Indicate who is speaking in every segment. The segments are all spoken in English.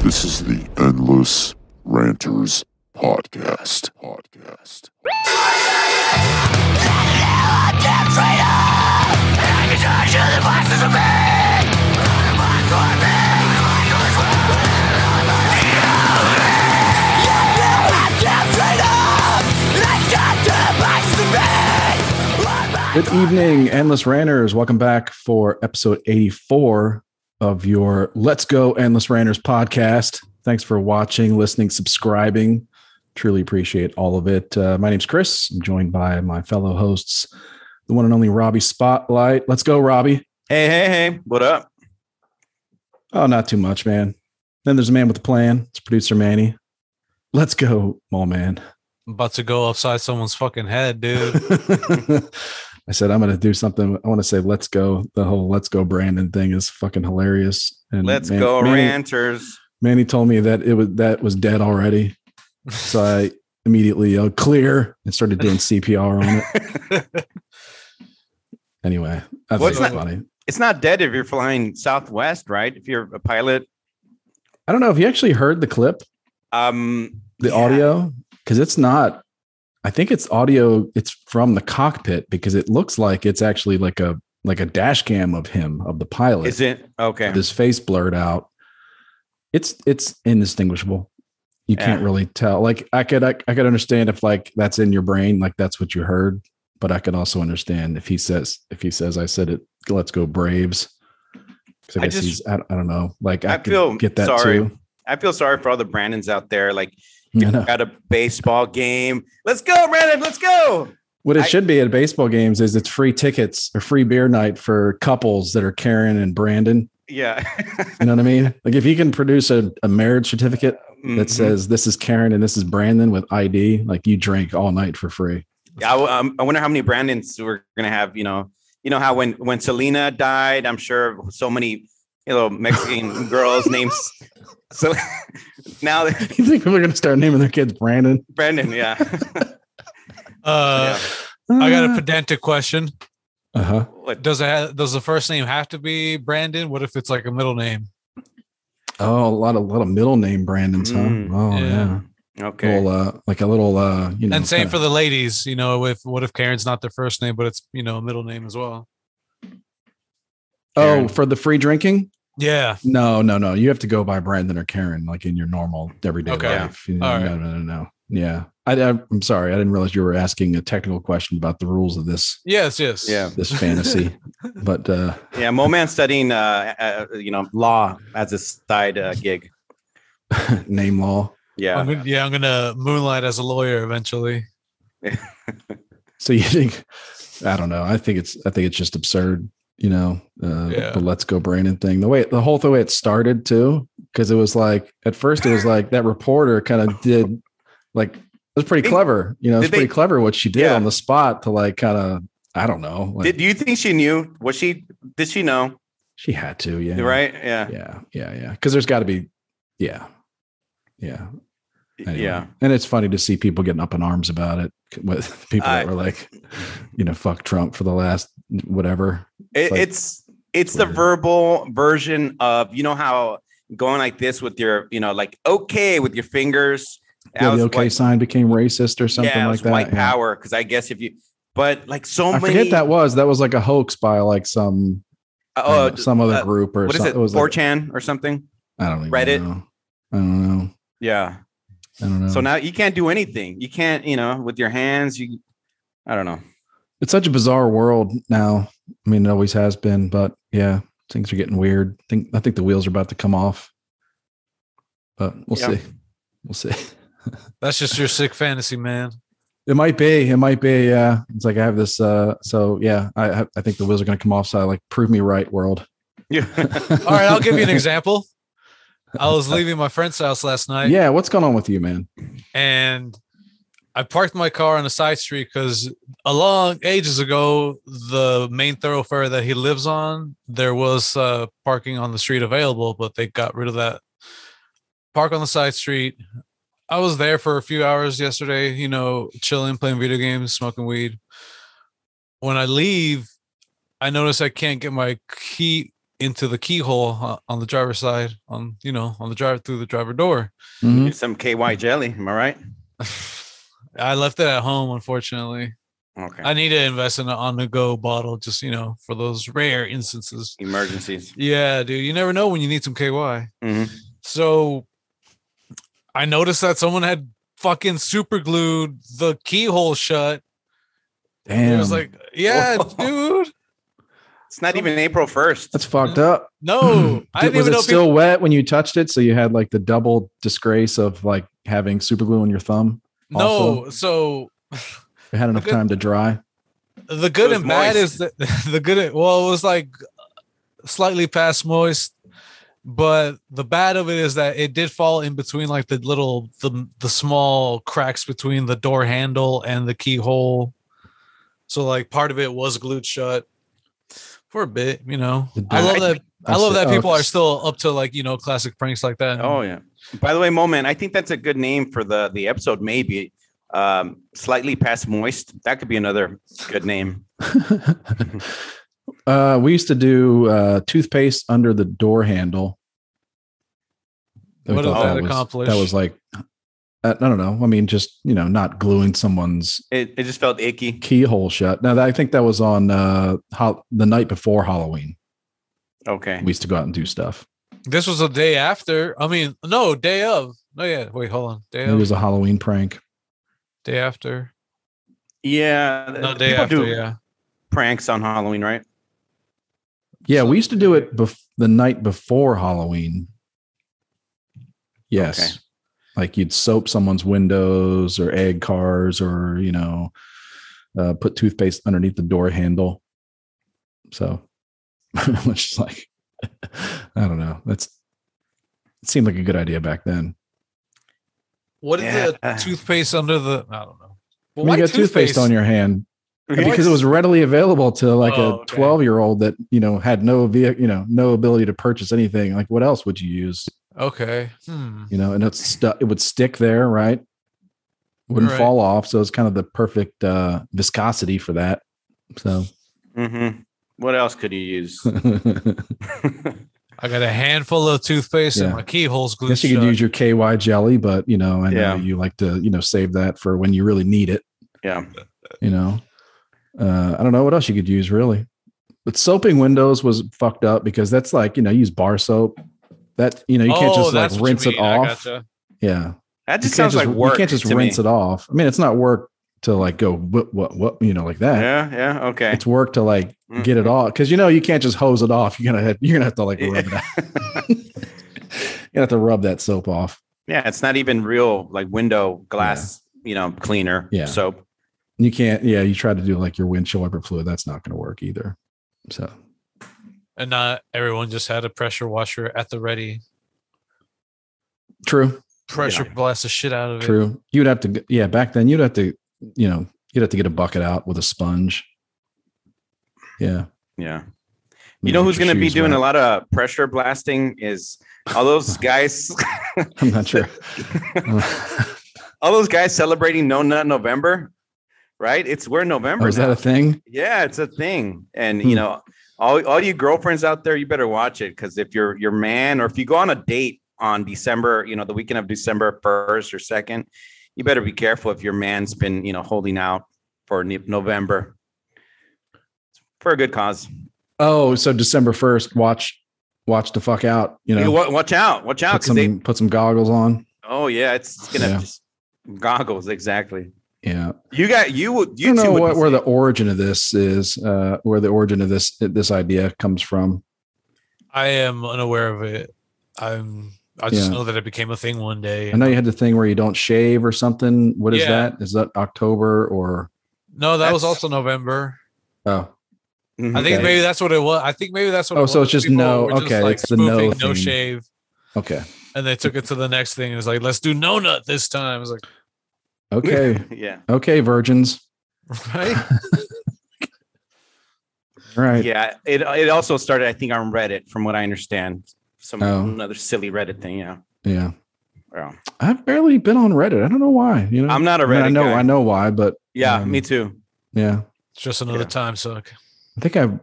Speaker 1: This is the Endless Ranters Podcast. Podcast.
Speaker 2: Good evening, Endless Ranters. Welcome back for episode 84 of your Let's Go Endless Ranters podcast. Thanks for watching, listening, subscribing. Truly appreciate all of it. Uh, my name's Chris. I'm joined by my fellow hosts, the one and only Robbie Spotlight. Let's go, Robbie.
Speaker 3: Hey, hey, hey, what up?
Speaker 2: Oh, not too much, man. Then there's a man with a plan. It's producer Manny. Let's go, mall man.
Speaker 4: I'm about to go upside someone's fucking head, dude.
Speaker 2: I said I'm going to do something. I want to say let's go. The whole let's go Brandon thing is fucking hilarious. And
Speaker 3: Let's
Speaker 2: Man-
Speaker 3: go,
Speaker 2: Manny,
Speaker 3: Ranters.
Speaker 2: Manny told me that it was that was dead already, so I immediately yelled clear and started doing CPR on it. Anyway, I think it's
Speaker 3: What's that?
Speaker 2: funny.
Speaker 3: it's not dead if you're flying Southwest, right? If you're a pilot,
Speaker 2: I don't know if you actually heard the clip,
Speaker 3: um,
Speaker 2: the
Speaker 3: yeah.
Speaker 2: audio, because it's not. I think it's audio. It's from the cockpit because it looks like it's actually like a like a dash cam of him of the pilot.
Speaker 3: is it okay?
Speaker 2: with his face blurred out. It's it's indistinguishable. You can't
Speaker 3: Yeah.
Speaker 2: really tell. Like I could I, I could understand if like that's in your brain, like that's what you heard. But I could also understand if he says if he says I said it. Let's go Braves. 'Cause I,
Speaker 3: I
Speaker 2: guess
Speaker 3: just-
Speaker 2: he's I, I don't know. Like I,
Speaker 3: I
Speaker 2: could
Speaker 3: feel
Speaker 2: get that
Speaker 3: sorry.
Speaker 2: too.
Speaker 3: I feel sorry for all the Brandons out there. Like,
Speaker 2: I know.
Speaker 3: at a baseball game. Let's go, Brandon. Let's go.
Speaker 2: What it
Speaker 3: I-
Speaker 2: should be at baseball games is it's free tickets or free beer night for couples that are Karen and Brandon.
Speaker 3: Yeah, Mm-hmm.
Speaker 2: You know what I mean? Like if you can produce a, a marriage certificate that
Speaker 4: Mm-hmm.
Speaker 3: Mhm.
Speaker 2: says this is Karen and this is Brandon with ID. Like you drink all night for free.
Speaker 3: I, w- um, I wonder how many Brandons we're gonna have. You know, you know how when when Selena died, I'm sure so many you know Mexican girls names. So now
Speaker 2: you think people are gonna start naming their kids Brandon?
Speaker 3: Brandon, yeah.
Speaker 4: Uh, I got a pedantic question.
Speaker 2: uh huh.
Speaker 3: What-
Speaker 4: Does it ha- does the first name have to be Brandon? What if it's like a middle name?
Speaker 2: Oh, a lot of lot of middle name Brandons,
Speaker 3: Mm,
Speaker 2: huh? Oh yeah.
Speaker 4: yeah.
Speaker 3: okay.
Speaker 2: Little, uh, like a little, uh, you know.
Speaker 4: and same
Speaker 2: kinda-
Speaker 4: for the ladies, you know, with what if Karen's not their first name, but it's you know middle name as well.
Speaker 2: oh for the free drinking.
Speaker 4: Yeah.
Speaker 2: No, no, no. You have to go by Brandon or Karen, like in your normal everyday
Speaker 4: Okay.
Speaker 2: life. You know,
Speaker 4: All
Speaker 2: no,
Speaker 4: right.
Speaker 2: no, no, no. Yeah. I, I, I'm sorry. I didn't realize you were asking a technical question about the rules of this
Speaker 4: Yes. Yes.
Speaker 3: Yeah.
Speaker 2: this fantasy, but uh,
Speaker 3: Yeah, Mo Man studying, uh, uh, you know, law as a side uh, gig.
Speaker 2: name law.
Speaker 3: Yeah,
Speaker 4: I'm gonna, yeah. I'm gonna moonlight as a lawyer eventually.
Speaker 2: So you think? I don't know. I think it's. I think it's just absurd. You know, uh,
Speaker 4: Yeah.
Speaker 2: the "Let's Go Brandon" thing. The way the whole the way it started too, because it was like at first it was like that reporter kind of did like it was pretty
Speaker 3: Did-
Speaker 2: clever. You know, it's
Speaker 3: did they-
Speaker 2: pretty clever what she did
Speaker 3: Yeah.
Speaker 2: on the spot to like kind of I don't know. Like
Speaker 3: Did, do you think she knew? Was she? Did she know?
Speaker 2: she had to? Yeah.
Speaker 3: Right? Yeah.
Speaker 2: Yeah. Yeah. Yeah. Because there's got to be. Yeah. Yeah. Anyway.
Speaker 3: Yeah.
Speaker 2: And it's funny to see people getting up in arms about it with people
Speaker 3: I-
Speaker 2: that were like, you know, fuck Trump for the last whatever.
Speaker 3: It,
Speaker 2: like-
Speaker 3: it's it's the
Speaker 2: Twitter.
Speaker 3: verbal version of you know how going like this with your you know like okay with your fingers. That
Speaker 2: yeah, the
Speaker 3: was
Speaker 2: okay
Speaker 3: white-
Speaker 2: sign became racist or something
Speaker 3: yeah, it
Speaker 2: like
Speaker 3: was
Speaker 2: that.
Speaker 3: White
Speaker 2: yeah.
Speaker 3: power, because I guess if you, but like so
Speaker 2: I
Speaker 3: many.
Speaker 2: forget that was that was like a hoax by like some I don't
Speaker 3: Oh,
Speaker 2: know, some other
Speaker 3: uh,
Speaker 2: group or
Speaker 3: what is
Speaker 2: something.
Speaker 3: it?
Speaker 2: was like,
Speaker 3: 4chan or something?
Speaker 2: I don't even
Speaker 3: Reddit?
Speaker 2: know. I don't know.
Speaker 3: Yeah.
Speaker 2: I don't know.
Speaker 3: So now you can't do anything. You can't you know with your hands. You, I don't know.
Speaker 2: it's such a bizarre world now. I mean, it always has been, but yeah, things are getting weird. think I think the wheels are about to come off, but we'll
Speaker 3: Yeah.
Speaker 2: see. We'll see.
Speaker 4: That's just your sick fantasy, man.
Speaker 2: It might be. It might be. Yeah. It's like I have this. uh So yeah, I I- I think the wheels are going to come off. So I like prove me right, world.
Speaker 3: Yeah.
Speaker 2: Mm-hmm.
Speaker 4: All right. I'll give you an example. I was leaving my friend's house last night.
Speaker 2: yeah. What's going on with you, man?
Speaker 4: and I parked my car on a side street because a long ages ago, the main thoroughfare that he lives on, there was uh, parking on the street available, but they got rid of that. Park on the side street. I was there for a few hours yesterday, you know, chilling, playing video games, smoking weed. When I leave, I notice I can't get my key into the keyhole uh, on the driver's side on you know on the drive through the driver door.
Speaker 2: Mhm.
Speaker 3: Get some KY jelly. Am I right?
Speaker 4: I left it at home, unfortunately.
Speaker 3: Okay.
Speaker 4: I need to invest in an on-the-go bottle, just you know, for those rare instances.
Speaker 3: Emergencies.
Speaker 4: Yeah, dude, you never know when you need some KY.
Speaker 2: Mm-hmm.
Speaker 3: Mhm.
Speaker 4: So I noticed that someone had fucking super glued the keyhole shut.
Speaker 2: Damn.
Speaker 4: It was like, yeah, dude.
Speaker 3: It's not even April first.
Speaker 2: that's fucked up.
Speaker 4: No, I
Speaker 2: Did-
Speaker 4: didn't
Speaker 2: was
Speaker 4: even
Speaker 2: it
Speaker 4: know
Speaker 2: still wet when you touched it? So you had like the double disgrace of like having super glue on your thumb.
Speaker 4: people. No, so
Speaker 2: It had enough
Speaker 4: Okay.
Speaker 2: time to dry.
Speaker 4: the good
Speaker 3: was
Speaker 4: and bad
Speaker 3: moist.
Speaker 4: is that the good. Well, it was like slightly past moist, but the bad of it is that it did fall in between like the little the the small cracks between the door handle and the keyhole. So like part of it was glued shut for a bit, you know.
Speaker 2: The
Speaker 4: I love that. I
Speaker 2: That's
Speaker 4: love
Speaker 2: the-
Speaker 4: that
Speaker 2: oh,
Speaker 4: people are
Speaker 2: it's-
Speaker 4: still up to like you know classic pranks like that.
Speaker 3: Oh yeah. By the way, moment. I think that's a good name for the the episode. Maybe um, slightly past moist. That could be another good name.
Speaker 2: uh, we used to do uh, toothpaste under the door handle. We
Speaker 4: What did
Speaker 2: thought
Speaker 3: that
Speaker 2: was-
Speaker 4: accomplish?
Speaker 2: That was like, uh, I I don't know. I mean, just you know, not gluing someone's
Speaker 3: It, it just felt icky.
Speaker 2: keyhole shut. Now, that, I think that was on uh, ho- the night before Halloween.
Speaker 3: Okay.
Speaker 2: We used to go out and do stuff.
Speaker 4: This was a day after. I mean, no, day of. No, yeah. Wait, hold on. Day
Speaker 2: Maybe It
Speaker 4: of.
Speaker 2: was a Halloween prank.
Speaker 4: day after.
Speaker 3: Yeah.
Speaker 4: No,
Speaker 3: th-
Speaker 4: day
Speaker 3: Uh, people
Speaker 4: after.
Speaker 3: do
Speaker 4: Yeah.
Speaker 3: pranks on Halloween, right?
Speaker 2: Yeah, we used to do it bef- the night before Halloween. Yes.
Speaker 3: Okay.
Speaker 2: Like you'd soap someone's windows or egg cars or, you know, uh, put toothpaste underneath the door handle. So, which is like, I don't know. That's, it seemed like a good idea back then.
Speaker 4: What did the
Speaker 3: Yeah.
Speaker 4: toothpaste under the? I don't
Speaker 2: I
Speaker 4: know. Well,
Speaker 2: mean, you got toothpaste on your hand because it was readily available to like
Speaker 4: Oh,
Speaker 2: a
Speaker 4: okay.
Speaker 2: 12 year old that, you know, had no, veh- you know, no ability to purchase anything. Like what else would you use?
Speaker 4: Okay. Hmm.
Speaker 2: you know, and it's stu- it would stick there, right? Wouldn't
Speaker 4: Right.
Speaker 2: fall off, so it's kind of the perfect uh, viscosity for that. So,
Speaker 3: Mm-hmm. What else could you use?
Speaker 4: I got a handful of toothpaste
Speaker 2: Yeah.
Speaker 4: and my keyhole's glued.
Speaker 2: guess you could
Speaker 4: shut.
Speaker 2: use your KY jelly, but you know, I know
Speaker 3: Yeah.
Speaker 2: you like to you know save that for when you really need it.
Speaker 3: yeah.
Speaker 2: You know, uh, I don't know what else you could use really, but soaping windows was fucked up because that's like you know use bar soap. That you know you can't
Speaker 4: Oh,
Speaker 2: just like
Speaker 4: that's what you
Speaker 2: rinse it
Speaker 4: mean. I
Speaker 2: off.
Speaker 4: gotcha.
Speaker 2: Yeah,
Speaker 3: That
Speaker 2: you
Speaker 3: just
Speaker 2: can't
Speaker 3: sounds
Speaker 2: just,
Speaker 3: like work.
Speaker 2: you can't just
Speaker 3: to
Speaker 2: rinse
Speaker 3: me.
Speaker 2: it off. I mean, it's not work to like go what what what you know like that.
Speaker 3: Yeah. Yeah. Okay.
Speaker 2: it's work to like
Speaker 3: Mm.
Speaker 2: get it all because you know you can't just hose it off. You're gonna have, you're gonna have to like rub it out. you're gonna have to rub that soap off.
Speaker 3: Yeah. It's not even real, like window glass, you know, cleaner
Speaker 2: Yeah.
Speaker 3: soap.
Speaker 2: You can't. Yeah, you try to do like your windshield wiper fluid. That's not gonna work either. So
Speaker 4: And not everyone just had a pressure washer at the ready.
Speaker 2: true,
Speaker 4: Pressure blast the shit out of it.
Speaker 2: true. You'd have to. g- Yeah, back then you'd have to. You know, you'd have to get a bucket out with a sponge. Yeah.
Speaker 3: Yeah. You know who's going to be doing a lot of pressure blasting is all those guys,
Speaker 2: I'm not sure.
Speaker 3: all those guys celebrating No Nut November, right? It's we're in November.
Speaker 2: Or Oh, is that
Speaker 3: now.
Speaker 2: a thing?
Speaker 3: yeah, it's a thing, and
Speaker 2: Hmm.
Speaker 3: you know, all all you girlfriends out there, you better watch it because if your your man or if you go on a date on December, you know, the weekend of December first or second, you better be careful if your man's been you know holding out for ne- November for a good cause.
Speaker 2: Oh, so December first, watch, watch the fuck out. You know,
Speaker 3: You wa- watch out, watch out,
Speaker 2: put
Speaker 3: because
Speaker 2: some
Speaker 3: they
Speaker 2: put some goggles on.
Speaker 3: Oh yeah, it's, it's gonna
Speaker 2: Yeah.
Speaker 3: just goggles exactly.
Speaker 2: Yeah,
Speaker 3: You got you would
Speaker 2: I
Speaker 3: you
Speaker 2: don't
Speaker 3: two
Speaker 2: know
Speaker 3: would
Speaker 2: what,
Speaker 3: be
Speaker 2: where
Speaker 3: safe.
Speaker 2: the origin of this is, uh, where the origin of this this idea comes from.
Speaker 4: I am unaware of it. I'm. I just
Speaker 2: Yeah.
Speaker 4: know that it became a thing one day.
Speaker 2: I know you had the thing where you don't shave or something. What is
Speaker 4: Yeah.
Speaker 2: that? Is that October or
Speaker 4: No, that was
Speaker 3: That's-
Speaker 4: also November.
Speaker 2: oh
Speaker 3: Mhm.
Speaker 4: I think
Speaker 2: Okay.
Speaker 4: maybe that's what it was. I think maybe that's what.
Speaker 2: Oh,
Speaker 4: it was.
Speaker 2: so it's just
Speaker 4: People
Speaker 2: no-
Speaker 4: were
Speaker 2: okay, it's the no
Speaker 4: spoofing no
Speaker 2: thing.
Speaker 4: shave.
Speaker 2: okay
Speaker 4: And they took it to the next thing. It was like, let's do no nut this time. I was like,
Speaker 2: okay
Speaker 3: yeah.
Speaker 2: okay virgins.
Speaker 4: right?
Speaker 2: All right.
Speaker 3: Yeah. It it also started, I think, on Reddit, from what I understand. Some
Speaker 2: Oh. Mm-hmm.
Speaker 3: another silly Reddit thing, yeah.
Speaker 2: Yeah.
Speaker 3: Well,
Speaker 2: I've barely been on Reddit. I don't know why. You know,
Speaker 3: I'm not a
Speaker 2: I mean,
Speaker 3: Reddit.
Speaker 2: I know
Speaker 3: guy.
Speaker 2: I know why, but
Speaker 3: Yeah,
Speaker 2: um,
Speaker 3: me too.
Speaker 2: yeah,
Speaker 4: It's just another
Speaker 3: Yeah.
Speaker 4: time suck.
Speaker 2: I think I've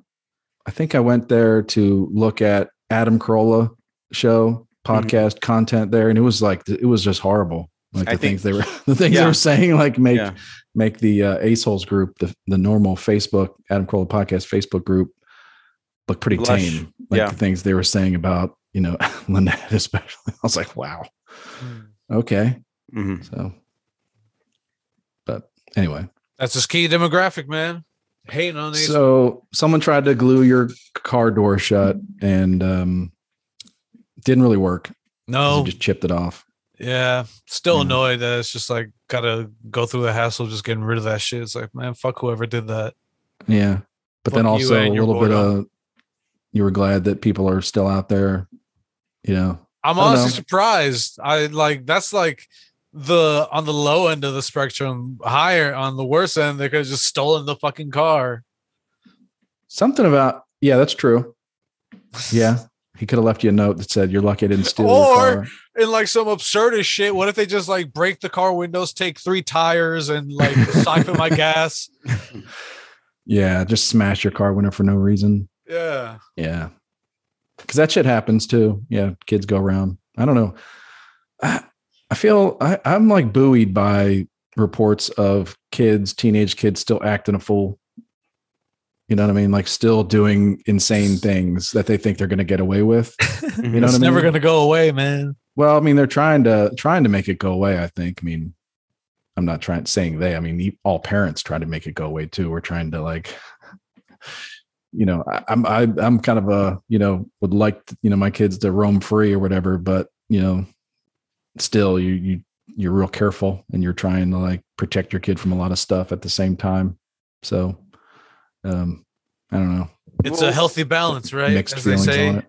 Speaker 2: I think I went there to look at Adam Carolla show
Speaker 3: Mm-hmm.
Speaker 2: podcast content there, and it was like it was just horrible. Like the
Speaker 3: I think-
Speaker 2: things they were the things they
Speaker 3: Yeah.
Speaker 2: were saying, like make
Speaker 3: Yeah.
Speaker 2: make the uh, Aceholes group, the the normal Facebook Adam Carolla podcast Facebook group, look pretty
Speaker 3: Lush.
Speaker 2: tame. Like
Speaker 3: Yeah.
Speaker 2: the things they were saying about you know Lynette especially. I was like, wow, okay,
Speaker 3: Mhm.
Speaker 2: so. But anyway,
Speaker 4: That's his key demographic, man. Hating on these.
Speaker 2: so someone tried to glue your car door shut and um, didn't really work.
Speaker 4: no,
Speaker 2: They just Hmm. chipped it off.
Speaker 4: yeah, still
Speaker 2: Yeah.
Speaker 4: annoyed that it's just like gotta go through the hassle just getting rid of that shit. It's like, man, fuck whoever did that.
Speaker 2: Yeah. But then
Speaker 4: Fuck you
Speaker 2: also a
Speaker 4: and your
Speaker 2: little bit
Speaker 4: boredom.
Speaker 2: of you were glad that people are still out there, you know.
Speaker 4: I'm
Speaker 2: I don't
Speaker 4: honestly
Speaker 2: know.
Speaker 4: surprised. I like that's like the on the low end of the spectrum, higher on the worst end, they could have just stolen the fucking car.
Speaker 2: Something about yeah, that's true. Yeah. He could have left you a note that said, You're lucky I didn't steal
Speaker 4: Or-
Speaker 2: your car.
Speaker 4: and like some absurd as shit. What if they just like break the car windows, take three tires, and like siphon my gas?
Speaker 2: Yeah, just smash your car window for no reason.
Speaker 4: Yeah.
Speaker 2: Yeah. Cause that shit happens too. Yeah. Kids go around. I don't know. I, I feel I, I'm like buoyed by reports of kids, teenage kids still acting a fool. You know what I mean? Like still doing insane things that they think they're going to get away with. You know
Speaker 4: it's
Speaker 2: what I
Speaker 4: never
Speaker 2: mean?
Speaker 4: gonna go away, man.
Speaker 2: Well, I mean, they're trying to trying to make it go away. I think. I mean, I'm not trying saying they. I mean, e- all parents try to make it go away too. We're trying to like, you know, I, I'm I, I'm kind of a you know would like you know my kids to roam free or whatever, but you know, still you you you're real careful and you're trying to like protect your kid from a lot of stuff at the same time. So, um, I don't know.
Speaker 4: It's
Speaker 3: Well,
Speaker 4: a healthy balance, right?
Speaker 2: Mixed feelings on it.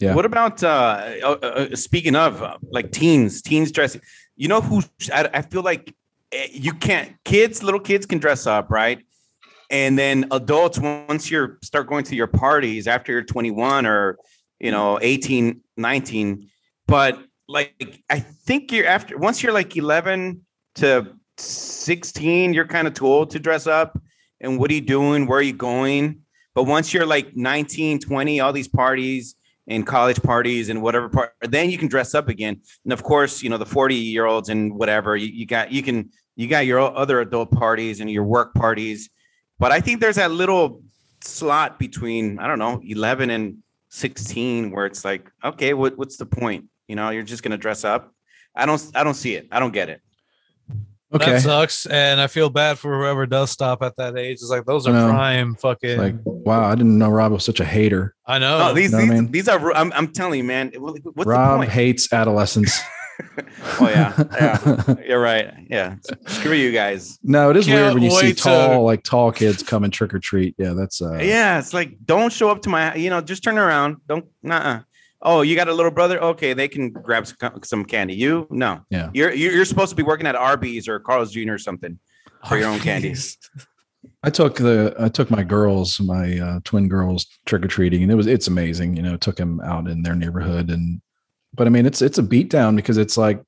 Speaker 2: Yeah.
Speaker 3: What about uh, uh, uh, speaking of uh, like teens, teens dressing? You know who? I, I feel like eh, you can't. Kids, little kids can dress up, right? And then adults, once you start going to your parties after you're 21 or you know 18, 19, but like I think you're after once you're like 11 to 16, you're kind of too old to dress up. And what are you doing? Where are you going? But once you're like 19, 20, all these parties, and college parties and whatever part then you can dress up again and of course you know the 40 year olds and whatever you, you got you can you got your other adult parties and your work parties but i think there's that little slot between i don't know 11 and 16 where it's like okay what, what's the point you know you're just going to dress up i don't i don't see it i don't get it
Speaker 2: Okay.
Speaker 4: That sucks. And I feel bad for whoever does stop at that age. It's like those
Speaker 2: I
Speaker 4: are
Speaker 2: know.
Speaker 4: prime fucking
Speaker 2: like, wow, I didn't know Rob was such a hater.
Speaker 4: I know.
Speaker 3: no Oh, these
Speaker 2: know what
Speaker 3: these,
Speaker 2: Oh, I mean?
Speaker 3: these are I'm, I'm telling you man what's the
Speaker 2: Rob
Speaker 3: point
Speaker 2: hates adolescence.
Speaker 3: oh yeah yeah you're right yeah screw you guys
Speaker 2: no, it is
Speaker 4: Can't
Speaker 2: weird when you see
Speaker 4: wait to-
Speaker 2: tall, like tall kids come and trick or treat. Yeah, that's uh,
Speaker 3: yeah, it's like don't show up to my, you know, just turn around. Don't, nah. Oh, you got a little brother? Okay, they can grab some, some candy. You no.
Speaker 2: Yeah.
Speaker 3: You're you're you're supposed to be working at Arby's or Carl's Jr. or something. for your own candies.
Speaker 2: I took the I took my girls, my uh, twin girls, trick or treating, and it was it's amazing. You know, took them out in their neighborhood, and but I mean, it's it's a beatdown because it's like,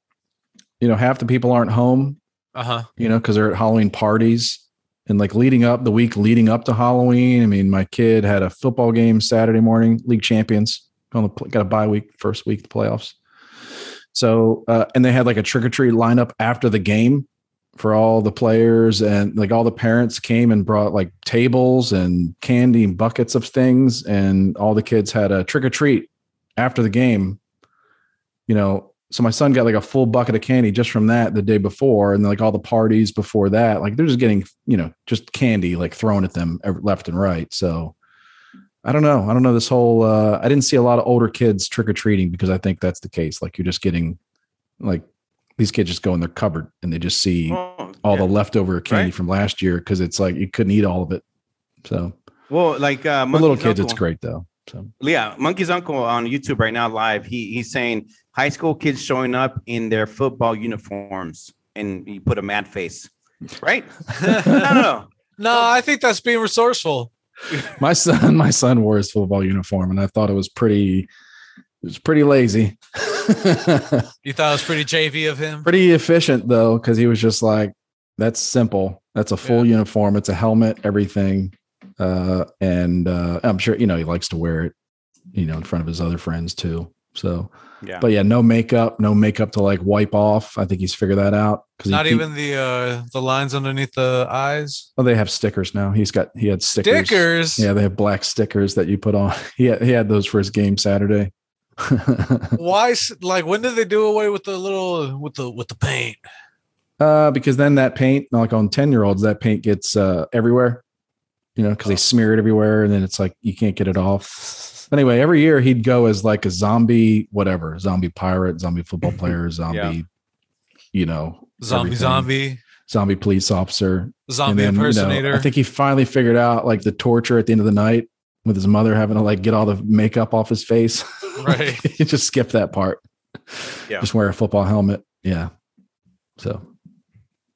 Speaker 2: you know, half the people aren't home,
Speaker 4: Uh-huh.
Speaker 2: you know, because they're at Halloween parties. And like leading up the week leading up to Halloween, I mean, my kid had a football game Saturday morning, league champions, on the pl- got a bye week, first week of the playoffs. So, uh, and they had like a trick or treat lineup after the game for all the players, and like all the parents came and brought like tables and candy and buckets of things, and all the kids had a trick or treat after the game. You know, so my son got like a full bucket of candy just from that the day before, and like all the parties before that, like they're just getting you know just candy like thrown at them ev- left and right. So. I don't know. I don't know this whole. Uh, I didn't see a lot of older kids trick or treating because I think that's the case. Like you're just getting, like these kids just go in their cupboard and they just see
Speaker 3: Oh,
Speaker 2: all
Speaker 3: yeah.
Speaker 2: the leftover candy
Speaker 3: Right.
Speaker 2: from last year because it's like you couldn't eat all of it. So
Speaker 3: well, like uh,
Speaker 2: for little
Speaker 3: Monkey's
Speaker 2: kids, it's
Speaker 3: uncle.
Speaker 2: great though. So
Speaker 3: Yeah, Monkey's uncle on YouTube right now live. He he's saying high school kids showing up in their football uniforms, and he put a mad face. Right? no, no, no.
Speaker 4: No, I think that's being resourceful.
Speaker 2: my son, my son wore his football uniform and I thought it was pretty. It was pretty lazy,
Speaker 4: You thought it was pretty JV of him.
Speaker 2: pretty efficient though because he was just like, "That's simple. That's a full uniform. It's a helmet, everything." Uh, and uh, I'm sure you know he likes to wear it, you know, in front of his other friends too. So,
Speaker 3: Yeah.
Speaker 2: but yeah, no makeup, no makeup to like wipe off. I think he's figured that out because
Speaker 4: Not even the uh the lines underneath the eyes.
Speaker 2: Oh, they have stickers now. He's got he had stickers.
Speaker 4: Stickers.
Speaker 2: Yeah, they have black stickers that you put on. He had, he had those for his game Saturday.
Speaker 4: Why? s- Like, when did they do away with the little with the with the paint?
Speaker 2: Uh, because then that paint, like on 10 year olds, that paint gets uh, everywhere, you know, because they smear it everywhere and then it's like you can't get it off. But anyway, every year he'd go as like a zombie, whatever, zombie pirate, zombie football player, zombie, you know,
Speaker 4: Zombie,
Speaker 2: everything.
Speaker 4: zombie,
Speaker 2: zombie police officer,
Speaker 4: zombie
Speaker 2: And then, you know,
Speaker 4: impersonator.
Speaker 2: I think he finally figured out like the torture at the end of the night with his mother having to like get all the makeup off his face.
Speaker 4: Right.
Speaker 2: he just skipped that part.
Speaker 3: Yeah.
Speaker 2: Just wear a football helmet. Yeah. So,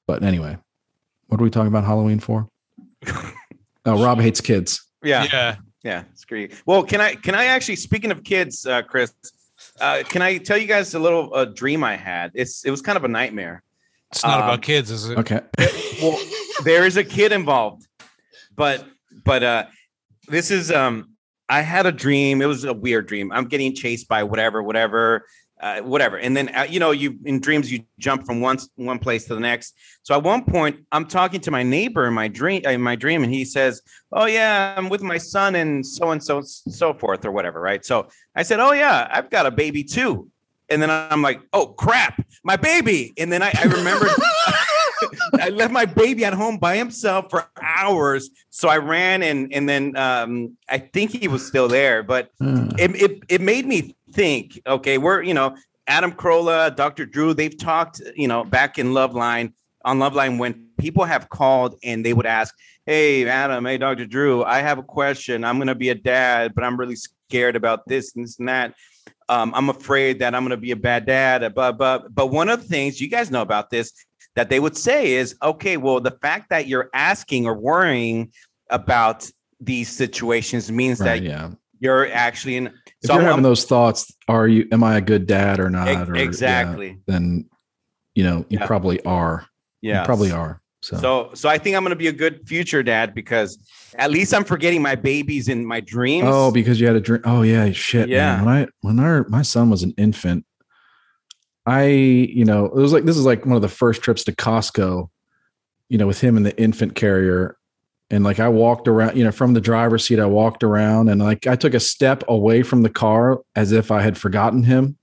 Speaker 2: but anyway, what are we talking about Halloween for? oh, Rob hates kids.
Speaker 3: Yeah.
Speaker 4: yeah.
Speaker 3: Yeah, screw you. Well, can I can I actually speaking of kids, uh, Chris, uh, can I tell you guys a little uh, dream I had? It's it was kind of a nightmare.
Speaker 4: It's not
Speaker 3: Um,
Speaker 4: about kids, is it?
Speaker 2: Okay.
Speaker 3: Well, there is a kid involved, but but uh, this is um I had a dream. It was a weird dream. I'm getting chased by whatever, whatever, uh, whatever. And then uh, you know you in dreams you jump from one one place to the next. So at one point I'm talking to my neighbor in my dream uh, in my dream, and he says, "Oh yeah, I'm with my son and so and so so forth or whatever." Right. So I said, "Oh yeah, I've got a baby too." And then I'm like, "Oh crap, my baby!" And then I, I remembered. I left my baby at home by himself for hours. So I ran and and then um, I think he was still there, but
Speaker 2: Uh,
Speaker 3: it, it it made me think. Okay, we're you know Adam Carolla, Dr. Drew, they've talked you know back in Love Line on Love Line when people have called and they would ask, "Hey Adam, hey Dr. Drew, I have a question. I'm gonna be a dad, but I'm really scared about this and this and that." Um, I'm afraid that I'm going to be a bad dad. But, but, but one of the things you guys know about this that they would say is okay well the fact that you're asking or worrying about these situations means
Speaker 2: right,
Speaker 3: that
Speaker 2: yeah.
Speaker 3: you're actually in
Speaker 2: If
Speaker 3: so
Speaker 2: you're
Speaker 3: I'm-
Speaker 2: having those thoughts, are you, am I a good dad or not?
Speaker 3: ex-
Speaker 2: or, yeah,
Speaker 3: exactly
Speaker 2: then, you know, you
Speaker 3: Yeah.
Speaker 2: probably are.
Speaker 3: yeah
Speaker 2: You probably are. So,
Speaker 3: so so i think i'm going to be a good future dad because at least i'm forgetting my babies in my dreams
Speaker 2: Oh, because you had a drink. Oh yeah, shit. Yeah.
Speaker 3: Yeah.
Speaker 2: When I when our my son was an infant, I you know it was like this is like one of the first trips to Costco, you know, with him in the infant carrier, and like I walked around, you know, from the driver's seat, I walked around and like I took a step away from the car as if I had forgotten him,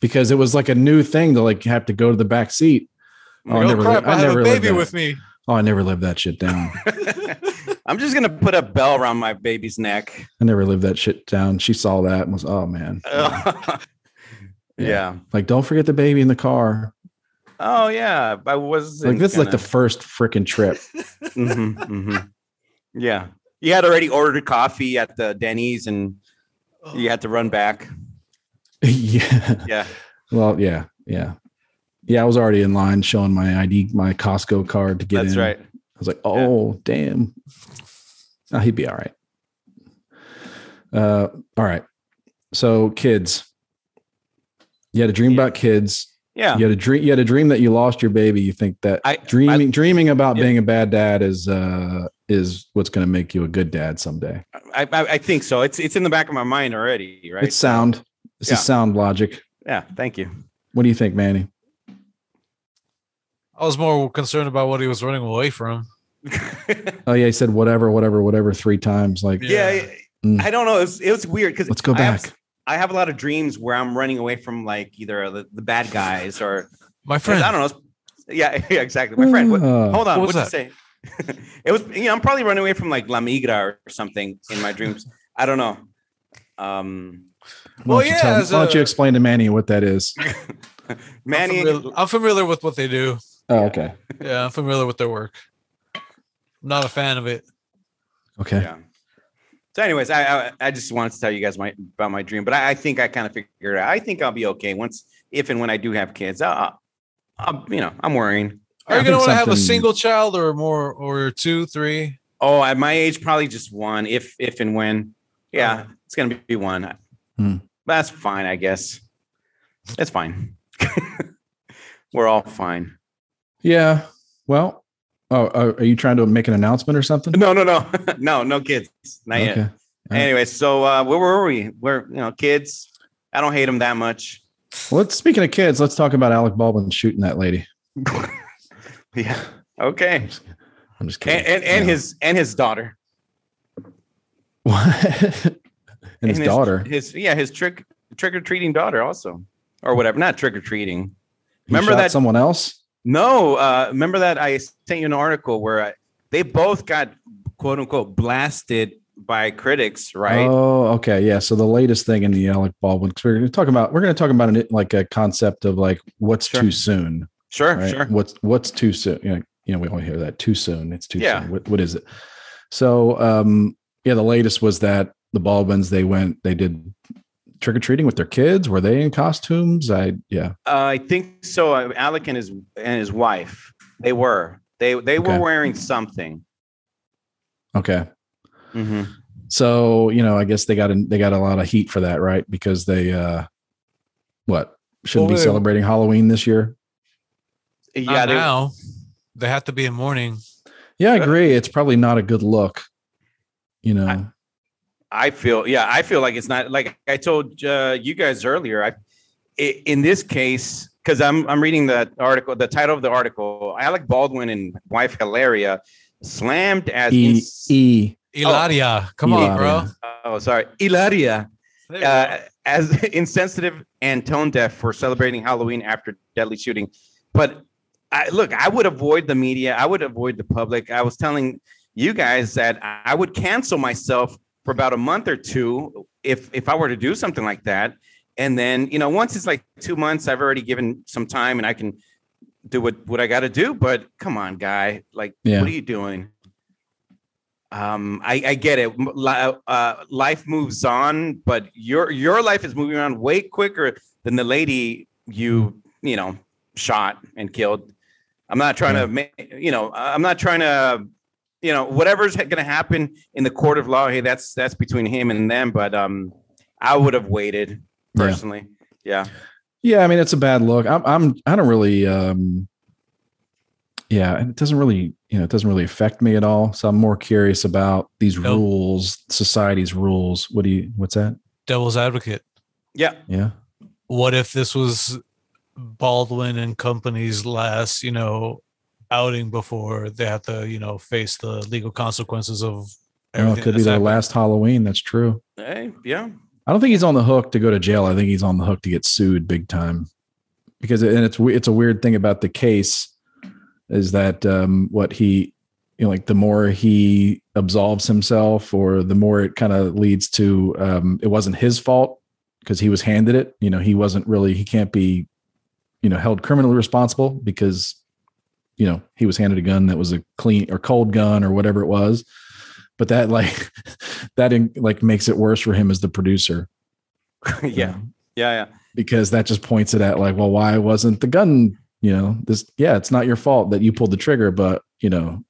Speaker 2: because it was like a new thing to like have to go to the back seat. Oh, I
Speaker 4: oh
Speaker 2: never
Speaker 4: crap!
Speaker 2: lived- I
Speaker 4: I, have
Speaker 2: never
Speaker 4: a
Speaker 2: lived
Speaker 4: baby
Speaker 2: that.
Speaker 4: with me.
Speaker 2: Oh, I never lived that shit down.
Speaker 3: i'm just going to put a bell around my baby's neck
Speaker 2: I never lived that shit down. She saw that and was oh man,
Speaker 3: yeah.
Speaker 2: like don't forget the baby in the car.
Speaker 3: oh yeah i was
Speaker 2: like this is like the mm-hmm, first freaking trip
Speaker 3: Mhm, mhm. yeah you had already ordered coffee at the denny's and you had to run back
Speaker 2: yeah
Speaker 3: yeah
Speaker 2: well yeah yeah yeah i was already in line showing my id my costco card to get
Speaker 3: that's
Speaker 2: in
Speaker 3: right
Speaker 2: i was like oh damn oh, he'd be all right uh all right so kids you had a dream
Speaker 3: Yeah.
Speaker 2: about kids
Speaker 3: yeah
Speaker 2: you had a dream you had a dream that you lost your baby you think that
Speaker 3: I-
Speaker 2: dreaming dreaming about
Speaker 3: Yeah.
Speaker 2: being a bad dad is uh is what's going to make you a good dad someday
Speaker 3: I, I i think so it's it's in the back of my mind already right
Speaker 2: it's sound this
Speaker 3: Yeah.
Speaker 2: is sound logic
Speaker 3: yeah thank you
Speaker 2: what do you think manny
Speaker 4: I was more concerned about what he was running away from.
Speaker 2: Oh yeah, he said whatever, whatever, whatever three times. Like,
Speaker 3: yeah,
Speaker 2: Mm.
Speaker 3: I, I don't know it was, it was weird because
Speaker 2: let's go
Speaker 3: I have,
Speaker 2: back.
Speaker 3: I have a lot of dreams where i'm running away from like either the, the bad guys or
Speaker 4: My
Speaker 3: 'cause
Speaker 4: friend.
Speaker 3: i don't know yeah, yeah exactly my friend what, oh,
Speaker 2: Uh,
Speaker 3: Hold on,
Speaker 4: What
Speaker 3: what
Speaker 4: was
Speaker 3: did you say? it was you know, I'm probably running away from like La Migra or something in my dreams. I don't know. Um
Speaker 2: why
Speaker 4: Well,
Speaker 2: don't you
Speaker 4: yeah,
Speaker 2: tell-
Speaker 4: as
Speaker 2: why don't you
Speaker 4: a-
Speaker 2: explain to Manny what that is?
Speaker 3: Manny
Speaker 4: I'm familiar, I'm familiar with what they do.
Speaker 2: Oh, okay,
Speaker 4: Yeah, I'm familiar with their work. Not a fan of it.
Speaker 2: okay.
Speaker 3: Yeah. So, anyways, I, I I just wanted to tell you guys my about my dream, but I, I think I kind of figured it out. I think I'll be okay once, if and when I do have kids. I'll, I'll you know, I'm worrying.
Speaker 4: Are
Speaker 2: I
Speaker 4: you gonna
Speaker 2: think
Speaker 4: want to have a
Speaker 2: something-
Speaker 4: single child or more or two, three?
Speaker 3: Oh, at my age, probably just one. If if and when, yeah,
Speaker 4: Oh.
Speaker 3: it's gonna be one.
Speaker 2: Hmm.
Speaker 3: That's fine, I guess. That's fine. We're all fine.
Speaker 2: Yeah. Well, Oh, are are you trying to make an announcement or something?
Speaker 3: No, no, no, no, no kids, not yet.
Speaker 2: Okay. All right.
Speaker 3: Anyway, so uh, where were we? We're you know kids. I don't hate them that much.
Speaker 2: Well, let's speaking of kids, let's talk about Alec Baldwin shooting that lady.
Speaker 3: Yeah. Okay.
Speaker 2: I'm just, I'm just kidding.
Speaker 3: And and, and
Speaker 2: Yeah.
Speaker 3: his and his daughter
Speaker 2: What? and, his, daughter.
Speaker 3: His yeah, his trick trick or treating daughter also or whatever. Not trick or treating.
Speaker 2: He
Speaker 3: remember
Speaker 2: shot
Speaker 3: that-
Speaker 2: someone else?
Speaker 3: No, uh, remember that I sent you an article where I, they both got quote unquote blasted by critics, right?
Speaker 2: Oh, okay, yeah. So the latest thing in the Alec Baldwin, 'cause we're going to talk about, we're going to talk about an, like a concept of like what's
Speaker 3: Sure.
Speaker 2: too soon,
Speaker 3: sure,
Speaker 2: right?
Speaker 3: sure.
Speaker 2: What's what's too soon? You know, you know, we all hear that too soon. It's too
Speaker 3: Yeah.
Speaker 2: soon. What, what is it? So, um, yeah, the latest was that the Baldwins they went, they did trick or treating with their kids. Were they in costumes? I yeah,
Speaker 3: Uh, I think so. Uh, Alec and his and his wife, they were they they were
Speaker 2: Okay.
Speaker 3: wearing something.
Speaker 2: okay.
Speaker 3: Mhm.
Speaker 2: So you know, I guess they got a, they got a lot of heat for that, right? Because they uh, what shouldn't
Speaker 4: Well,
Speaker 2: be
Speaker 4: they-
Speaker 2: celebrating Halloween this year.
Speaker 3: Yeah,
Speaker 4: Not
Speaker 3: they,
Speaker 4: now they have to be in mourning.
Speaker 2: Yeah, I
Speaker 3: Yeah.
Speaker 2: agree. It's probably not a good look. You know,
Speaker 3: I feel yeah, I feel like it's not like I told uh, you guys earlier. I i- in this case because I'm I'm reading the article, the title of the article: Alec Baldwin and wife Hilaria slammed as
Speaker 2: E
Speaker 3: ins-
Speaker 2: E.
Speaker 4: Ilaria, come on, bro.
Speaker 2: Hilaria.
Speaker 3: oh sorry Hilaria
Speaker 4: There you
Speaker 3: uh,
Speaker 4: go.
Speaker 3: as insensitive and tone deaf for celebrating Halloween after deadly shooting. But I, look, I would avoid the media. I would avoid the public. I was telling you guys that I would cancel myself for about a month or two if if I were to do something like that. And then you know, once it's like two months, I've already given some time, and I can do what what I got to do. But come on, guy, like,
Speaker 2: Yeah.
Speaker 3: what are you doing? Um, I, I get it. M- li- Uh, life moves on, but your your life is moving on way quicker than the lady you you know shot and killed. I'm not trying to make you know. I- I'm not trying to you know whatever's going to happen in the court of law. Hey, that's that's between him and them. But um, I would have waited
Speaker 2: Yeah.
Speaker 3: personally. Yeah.
Speaker 2: Yeah, I mean it's a bad look. I'm I'm I don't really um yeah, and it doesn't really, you know, it doesn't really affect me at all. So I'm more curious about these
Speaker 4: Nope.
Speaker 2: rules, society's rules. What do you what's that?
Speaker 4: Devil's advocate.
Speaker 3: Yeah.
Speaker 2: Yeah.
Speaker 4: What if this was Baldwin and company's last, you know, outing before they have to, you know, face the legal consequences
Speaker 2: Well,
Speaker 4: of everything?
Speaker 2: Oh, it could be
Speaker 4: that's
Speaker 2: their
Speaker 4: happened?
Speaker 2: last Halloween. That's true.
Speaker 3: Hey, yeah.
Speaker 2: I don't think he's on the hook to go to jail. I think he's on the hook to get sued big time. Because and it's we- it's a weird thing about the case is that um what he you know like the more he absolves himself or the more it kind of leads to um it wasn't his fault because he was handed it, you know, he wasn't really he can't be you know held criminally responsible because you know he was handed a gun that was a clean or cold gun or whatever it was but that like that in, like makes it worse for him as the producer Um,
Speaker 3: yeah. Yeah. Yeah.
Speaker 2: because that just points it at like well why wasn't the gun you know this yeah it's not your fault that you pulled the trigger but you know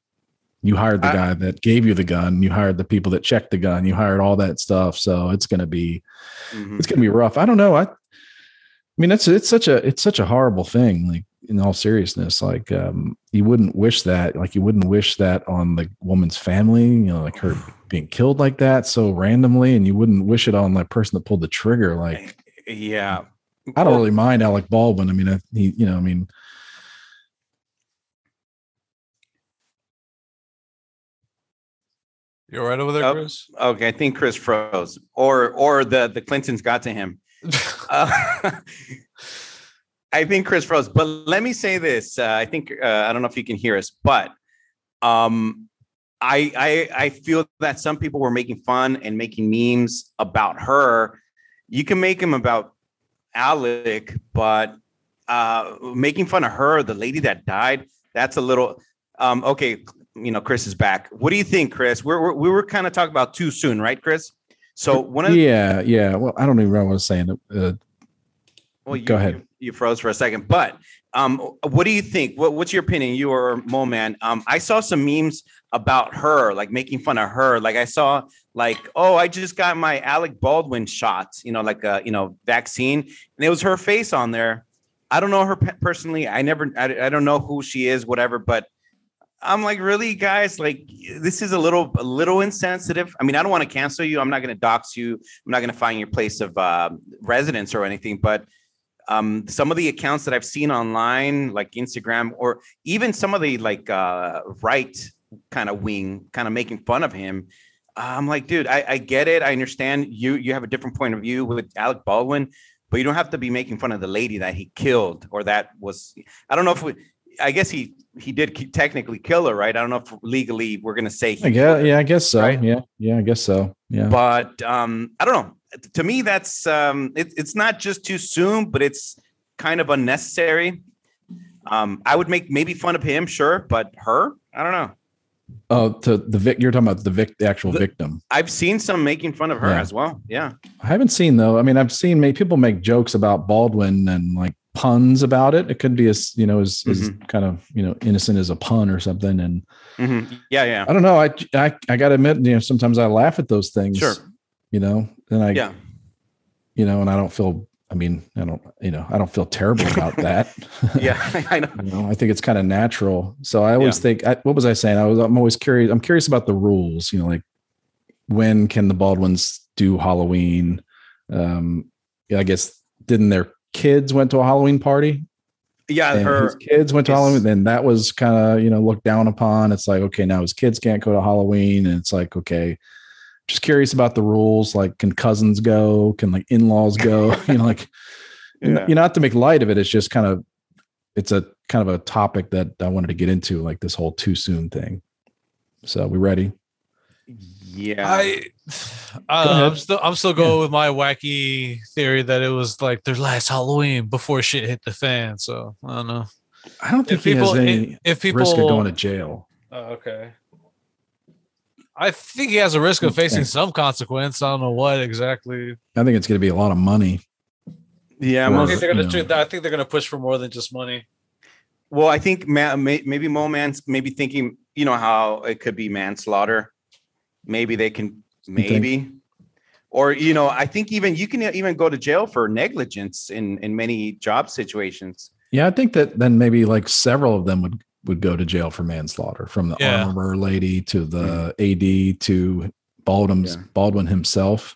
Speaker 2: you hired the
Speaker 3: I-
Speaker 2: guy that gave you the gun you hired the people that checked the gun you hired all that stuff so it's going to be
Speaker 3: Mhm.
Speaker 2: it's gonna be rough. I don't know. I, I mean, that's it's such a it's such a horrible thing. Like in all seriousness, like um, you wouldn't wish that. Like you wouldn't wish that on the woman's family. You know, like her being killed like that so randomly, and you wouldn't wish it on the person that pulled the trigger. Like
Speaker 3: Yeah.
Speaker 2: I don't
Speaker 3: Well,
Speaker 2: really mind Alec Baldwin. I mean, I, he, you know, I mean,
Speaker 4: You're right over there,
Speaker 3: Oh.
Speaker 4: Chris.
Speaker 3: Okay, I think Chris froze, or or the the Clintons got to him. Uh, I think Chris froze. But let me say this: uh, I think uh, I don't know if you can hear us, but um, I, I I feel that some people were making fun and making memes about her. You can make them about Alec, but uh, making fun of her, the lady that died, that's a little. Um, okay, you know, Chris is back. What do you think, Chris? We're, we're, we were kind of talking about too soon, right, Chris? So one of the
Speaker 2: yeah, yeah. Well, I don't even know what I was saying. Uh,
Speaker 3: Well, you,
Speaker 2: Go ahead.
Speaker 3: You, you froze for a second, but um, what do you think? What, what's your opinion? You are a mole man. Um, I saw some memes about her, like making fun of her. Like I saw, like, oh, I just got my Alec Baldwin shot, you know, like a you know vaccine, and it was her face on there. I don't know her pe- personally. I never, I, I don't know who she is, whatever. But I'm like, really, guys? Like, this is a little, a little insensitive. I mean, I don't want to cancel you. I'm not going to dox you. I'm not going to find your place of uh, residence or anything. But um, some of the accounts that I've seen online, like Instagram, or even some of the like uh, right kind of wing, kind of making fun of him. I'm like, dude, I, I get it. I understand you. You have a different point of view with Alec Baldwin, but you don't have to be making fun of the lady that he killed or that was. I don't know if we. I guess he he did ki- technically kill her, right? I don't know if legally we're gonna say. He
Speaker 2: I guess,
Speaker 3: killed her,
Speaker 2: yeah, I guess so.
Speaker 3: Right.
Speaker 2: Yeah, yeah, I guess so. Yeah,
Speaker 3: But um, I don't know. To me, that's um, it, it's not just too soon, but it's kind of unnecessary. Um, I would make maybe fun of him, sure, but her, I don't know.
Speaker 2: oh, to the vic, you're talking about the vic, the actual
Speaker 3: The-
Speaker 2: victim.
Speaker 3: I've seen some making fun of her
Speaker 2: Yeah.
Speaker 3: as well. Yeah,
Speaker 2: I haven't seen though. I mean, I've seen many people make jokes about Baldwin and like puns about it. It could be as you know as, as
Speaker 3: Mm-hmm.
Speaker 2: kind of you know innocent as a pun or something. And
Speaker 3: Mhm. yeah, yeah,
Speaker 2: I don't know. I I, I got to admit, you know, sometimes I laugh at those things.
Speaker 3: sure,
Speaker 2: You know, and I
Speaker 3: yeah.
Speaker 2: you know, and I don't feel. I mean, I don't you know I don't feel terrible about that.
Speaker 3: yeah, I know.
Speaker 2: You know, I think it's kind of natural. So I always think, I, what was I saying? I was, I'm always curious. I'm curious about the rules. You know, like when can the Baldwins do Halloween? Um, yeah, I guess didn't their kids went to a Halloween party?
Speaker 3: Yeah,
Speaker 2: And his
Speaker 3: her.
Speaker 2: kids went to
Speaker 3: his-
Speaker 2: Halloween. Then that was kind of you know looked down upon. It's like okay, now his kids can't go to Halloween, and it's like okay. Just curious about the rules. Like, can cousins go? Can like in-laws go? you know, like and
Speaker 3: Yeah.
Speaker 2: you know, not to make light of it. It's just kind of, it's a kind of a topic that I wanted to get into, like this whole too soon thing. So we ready?
Speaker 3: yeah.
Speaker 4: I, I
Speaker 2: Go
Speaker 4: don't know, I'm
Speaker 2: ahead.
Speaker 4: still I'm still going with my wacky theory that it was like their last Halloween before shit hit the fan. So I don't know
Speaker 2: I don't think
Speaker 4: if
Speaker 2: he
Speaker 4: people
Speaker 2: has any
Speaker 4: if, if people
Speaker 2: risk of going to jail.
Speaker 4: Oh, okay. I think he has a risk of facing
Speaker 2: Okay.
Speaker 4: some consequence. I don't know what exactly.
Speaker 2: I think it's going to be a lot of money.
Speaker 3: yeah,
Speaker 2: Well,
Speaker 4: I
Speaker 3: most-
Speaker 4: think they're
Speaker 2: you
Speaker 4: gonna.
Speaker 2: know.
Speaker 4: do- I think they're gonna push for more than just money.
Speaker 3: Well, I think ma- may- maybe Mo Man's maybe thinking, you know, how it could be manslaughter. Maybe they can,
Speaker 2: think?
Speaker 3: maybe, or you know, I think even you can even go to jail for negligence in in many job situations.
Speaker 2: Yeah, I think that then maybe like several of them would would go to jail for manslaughter, from the
Speaker 4: Yeah.
Speaker 2: armorer lady to the AD to Baldwin's
Speaker 3: Yeah.
Speaker 2: Baldwin himself.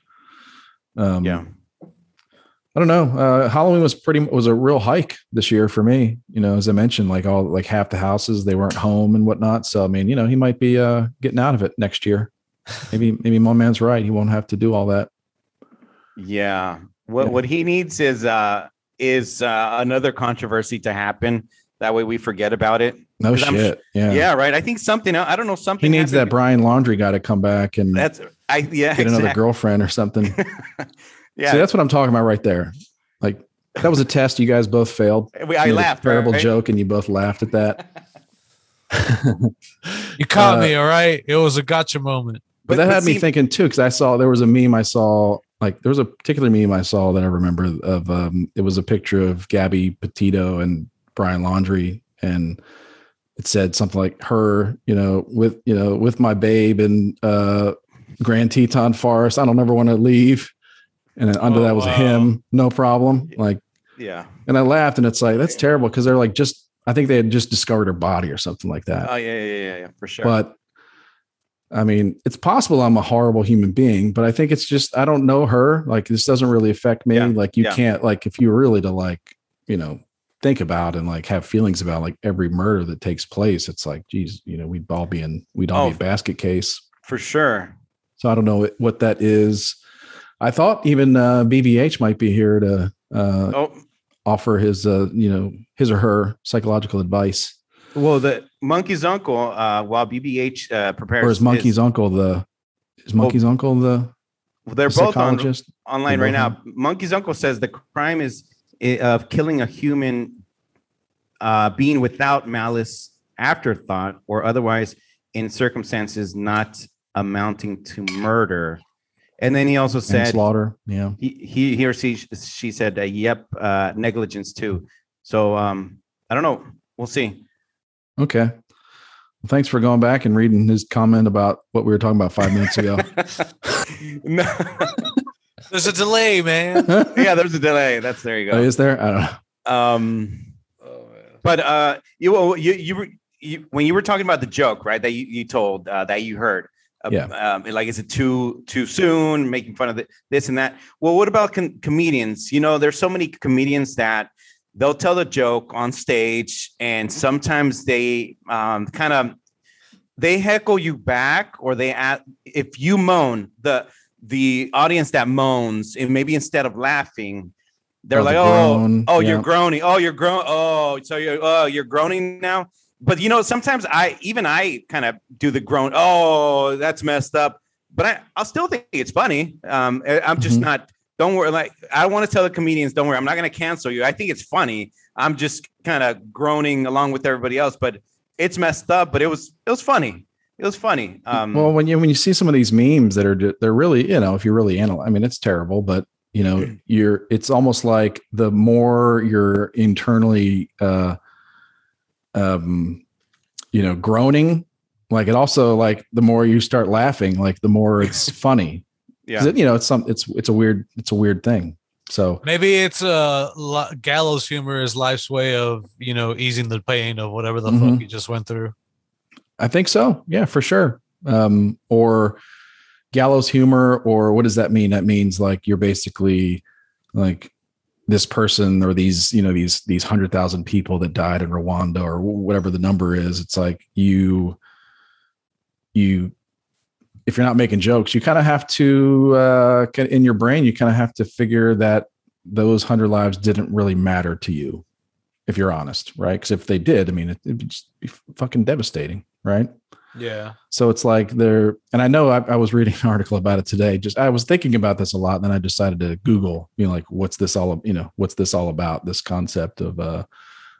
Speaker 2: Um,
Speaker 3: Yeah,
Speaker 2: I don't know. Uh, Halloween was pretty was a real hike this year for me. You know, as I mentioned, like all like half the houses they weren't home and whatnot. So I mean, you know, he might be uh, getting out of it next year. Maybe maybe my man's right. He won't have to do all that.
Speaker 3: yeah. What
Speaker 2: Yeah.
Speaker 3: what he needs is uh is uh, another controversy to happen. That way we forget about it.
Speaker 2: No
Speaker 3: 'Cause
Speaker 2: shit.
Speaker 3: I'm sh-
Speaker 2: yeah.
Speaker 3: Yeah, right. I think something. I don't know
Speaker 2: He
Speaker 3: something.
Speaker 2: needs that
Speaker 3: happened-
Speaker 2: Brian Laundry guy to come back and
Speaker 3: That's I yeah.
Speaker 2: get another
Speaker 3: exact-
Speaker 2: girlfriend or something.
Speaker 3: Yeah,
Speaker 2: See, that's what I'm talking about right there. Like that was a test. You guys both failed.
Speaker 3: we, I
Speaker 2: You made a
Speaker 3: laughed.
Speaker 2: Terrible
Speaker 3: right?
Speaker 2: joke, and you both laughed at that.
Speaker 4: You caught
Speaker 2: Uh,
Speaker 4: me, all right. It was a gotcha moment.
Speaker 2: but,
Speaker 3: But-
Speaker 2: that
Speaker 3: but
Speaker 2: had me
Speaker 3: see-
Speaker 2: thinking too because i saw there was a meme i saw like there was a particular meme i saw that i remember of um it was a picture of gabby petito and brian laundry and it said something like her you know with you know with my babe and uh grand teton forest i don't ever want to leave and then under
Speaker 4: Oh,
Speaker 2: that was a
Speaker 4: wow.
Speaker 2: him no problem like
Speaker 3: Yeah.
Speaker 2: and i laughed and it's like that's terrible because they're like just i think they had just discovered her body or something like that
Speaker 3: Oh yeah, yeah, yeah, yeah, for sure.
Speaker 2: but I mean, it's possible I'm a horrible human being, but I think it's just I don't know her. Like this doesn't really affect me.
Speaker 3: Yeah,
Speaker 2: Like you
Speaker 3: yeah.
Speaker 2: can't like if you were really to like you know think about and like have feelings about like every murder that takes place, it's like geez, you know, we'd all be in we'd all
Speaker 3: Oh.
Speaker 2: be a basket case.
Speaker 3: for sure.
Speaker 2: So I don't know what that is. I thought even uh, BVH might be here to uh,
Speaker 3: Oh
Speaker 2: offer his uh, you know his or her psychological advice,
Speaker 3: well, the monkey's uncle. Uh, while BBH uh, prepares,
Speaker 2: or his monkey's uncle the is monkey's uncle the
Speaker 3: They're both on,
Speaker 2: psychologist.
Speaker 3: online
Speaker 2: They're
Speaker 3: right
Speaker 2: both
Speaker 3: now. Monkey's uncle says the crime is i- of killing a human uh, being without malice, afterthought, or otherwise in circumstances not amounting to murder. And then he also said
Speaker 2: manslaughter. Yeah.
Speaker 3: he he, he or she she said uh, yep uh, negligence too. So um, I don't know. We'll see.
Speaker 2: Okay. Well, thanks for going back and reading his comment about what we were talking about five minutes ago.
Speaker 3: no.
Speaker 4: There's a delay, man.
Speaker 3: yeah, there's a delay. That's there you
Speaker 2: Oh,
Speaker 3: go.
Speaker 2: is there? I don't know.
Speaker 3: Um, but uh, you you you you, when you were talking about the joke, right? That you, you told uh, that you heard. uh,
Speaker 2: Yeah.
Speaker 3: Um, like, is it too too soon? Making fun of the, this and that. Well, what about com- comedians? You know, there's so many comedians that they'll tell the joke on stage, and sometimes they um, kind of they heckle you back, or they ask if you moan the the audience that moans, and maybe instead of laughing, they're
Speaker 2: Oh, the
Speaker 3: like, oh,
Speaker 2: groan,
Speaker 3: oh,
Speaker 2: yeah.
Speaker 3: you're groaning. Oh, you're groan. Oh, so you're oh, you're groaning now. But you know, sometimes I even I kind of do the groan. Oh, that's messed up. But I I'll still think it's funny. Um, I- I'm just
Speaker 2: Mhm.
Speaker 3: not. Don't worry. Like I want to tell the comedians, don't worry. I'm not going to cancel you. I think it's funny. I'm just kind of groaning along with everybody else. But it's messed up. But it was it was funny. It was funny. Um,
Speaker 2: well, when you when you see some of these memes that are ju- they're really you know if you really analyze, I mean it's terrible, but you
Speaker 3: Mm.
Speaker 2: know you're it's almost like the more you're internally, uh, um, you know, groaning, like it also like the more you start laughing, like the more it's funny. 'Cause
Speaker 3: yeah.
Speaker 2: it- you know, it's some it's it's a weird it's a weird thing. So
Speaker 4: Maybe it's uh, li- gallows humor is life's way of you know easing the pain of whatever the
Speaker 2: Mhm.
Speaker 4: fuck you just went through.
Speaker 2: I think so. Yeah, for sure. Um, or gallows humor, or what does that mean? That means like you're basically like this person or these, you know, these these hundred thousand people that died in Rwanda or wh- whatever the number is. It's like you, you, if you're not making jokes, you kind of have to uh, ca- in your brain, you kind of have to figure that those hundred lives didn't really matter to you if you're honest, right? Because if they did, I mean, it, it'd just be fucking devastating, right?
Speaker 4: Yeah,
Speaker 2: So it's like they're, and I know I, I was reading an article about it today. Just I was thinking about this a lot, and then I decided to Google, you know, like what's this all, you know, what's this all about? This concept of uh,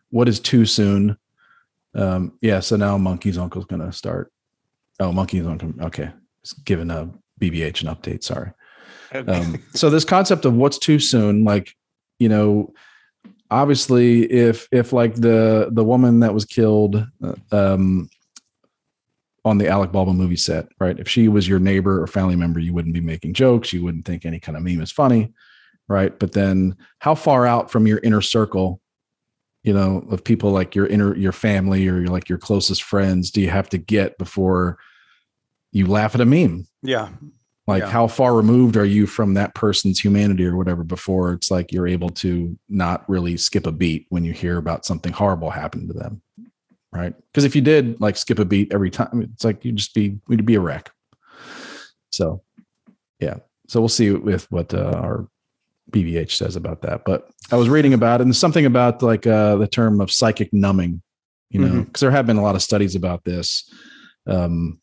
Speaker 2: what is too soon? Um, yeah. So now Monkey's Uncle's gonna start. Oh, Monkey's Uncle. Okay, it's giving a BBH an update. Sorry um, so this concept of what's too soon like you know obviously if if like the the woman that was killed uh, um on the Alec Baldwin movie set, right? If she was your neighbor or family member, you wouldn't be making jokes. You wouldn't think any kind of meme is funny, right? But then, how far out from your inner circle, you know, of people like your inner your family or your like your closest friends, do you have to get before you laugh at a meme?
Speaker 3: yeah.
Speaker 2: like
Speaker 3: Yeah.
Speaker 2: how far removed are you from that person's humanity or whatever before it's like you're able to not really skip a beat when you hear about something horrible happening to them right because if you did like skip a beat every time it's like you'd just be we'd be a wreck so yeah so we'll see with what uh, our bbh says about that but i was reading about it and something about like uh, the term of psychic numbing you know
Speaker 4: Mm-hmm.
Speaker 2: because there have been a lot of studies about this um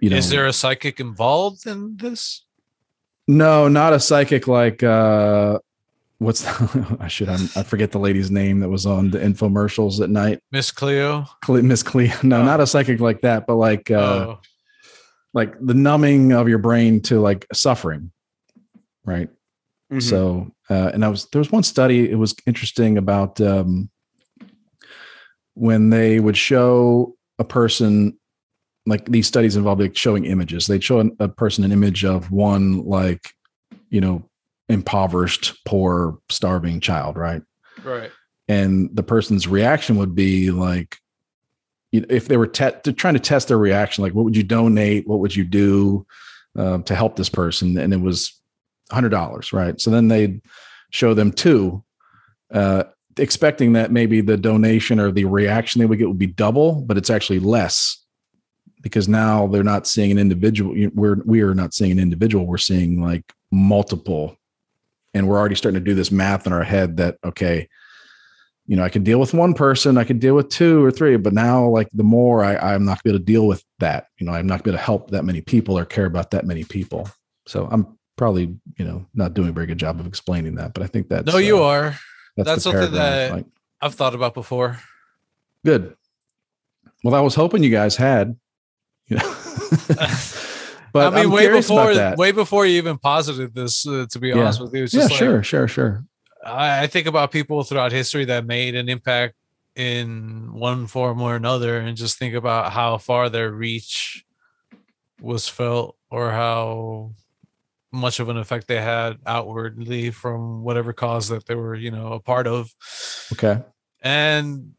Speaker 2: you know
Speaker 4: is there a psychic involved in this?
Speaker 2: no, not a psychic like uh what's the, I should I'm, I forget the lady's name that was on the infomercials at night.
Speaker 4: Miss Cleo.
Speaker 2: Cle- Miss Cleo. No,
Speaker 4: Oh.
Speaker 2: not a psychic like that, but like uh
Speaker 4: oh,
Speaker 2: like the numbing of your brain to like suffering. Right?
Speaker 3: Mhm.
Speaker 2: So, uh, and I was there was one study. It was interesting about um, when they would show a person like these studies involved like showing images. They'd show an- a person an image of one like you know impoverished, poor, starving child, right?
Speaker 4: right.
Speaker 2: and the person's reaction would be like you know, if they were te- they're trying to test their reaction like what would you donate what would you do um, to help this person and it was $100 right so then they'd show them two uh, expecting that maybe the donation or the reaction they would get would be double but it's actually less because now they're not seeing an individual you- we're we are not seeing an individual we're seeing like multiple and we're already starting to do this math in our head that okay you know, I could deal with one person, I could deal with two or three, but now like the more I, I'm not going to deal with that, you know, I'm not going to help that many people or care about that many people. So I'm probably, you know, not doing a very good job of explaining that, but I think that's
Speaker 4: No, you
Speaker 2: uh,
Speaker 4: are. That's
Speaker 2: the
Speaker 4: something
Speaker 2: paragraph,
Speaker 4: that-
Speaker 2: like,
Speaker 4: I've thought about before.
Speaker 2: good. Well, I was hoping you guys had, you know, but
Speaker 4: I mean,
Speaker 2: I'm
Speaker 4: way
Speaker 2: curious about
Speaker 4: before,
Speaker 2: that.
Speaker 4: way before you even posited this. Uh, to be
Speaker 2: Yeah.
Speaker 4: honest with you, it's
Speaker 2: yeah,
Speaker 4: just like,
Speaker 2: sure, sure, sure.
Speaker 4: I, I think about people throughout history that made an impact in one form or another, and just think about how far their reach was felt or how much of an effect they had outwardly from whatever cause that they were, you know, a part of.
Speaker 2: Okay.
Speaker 4: And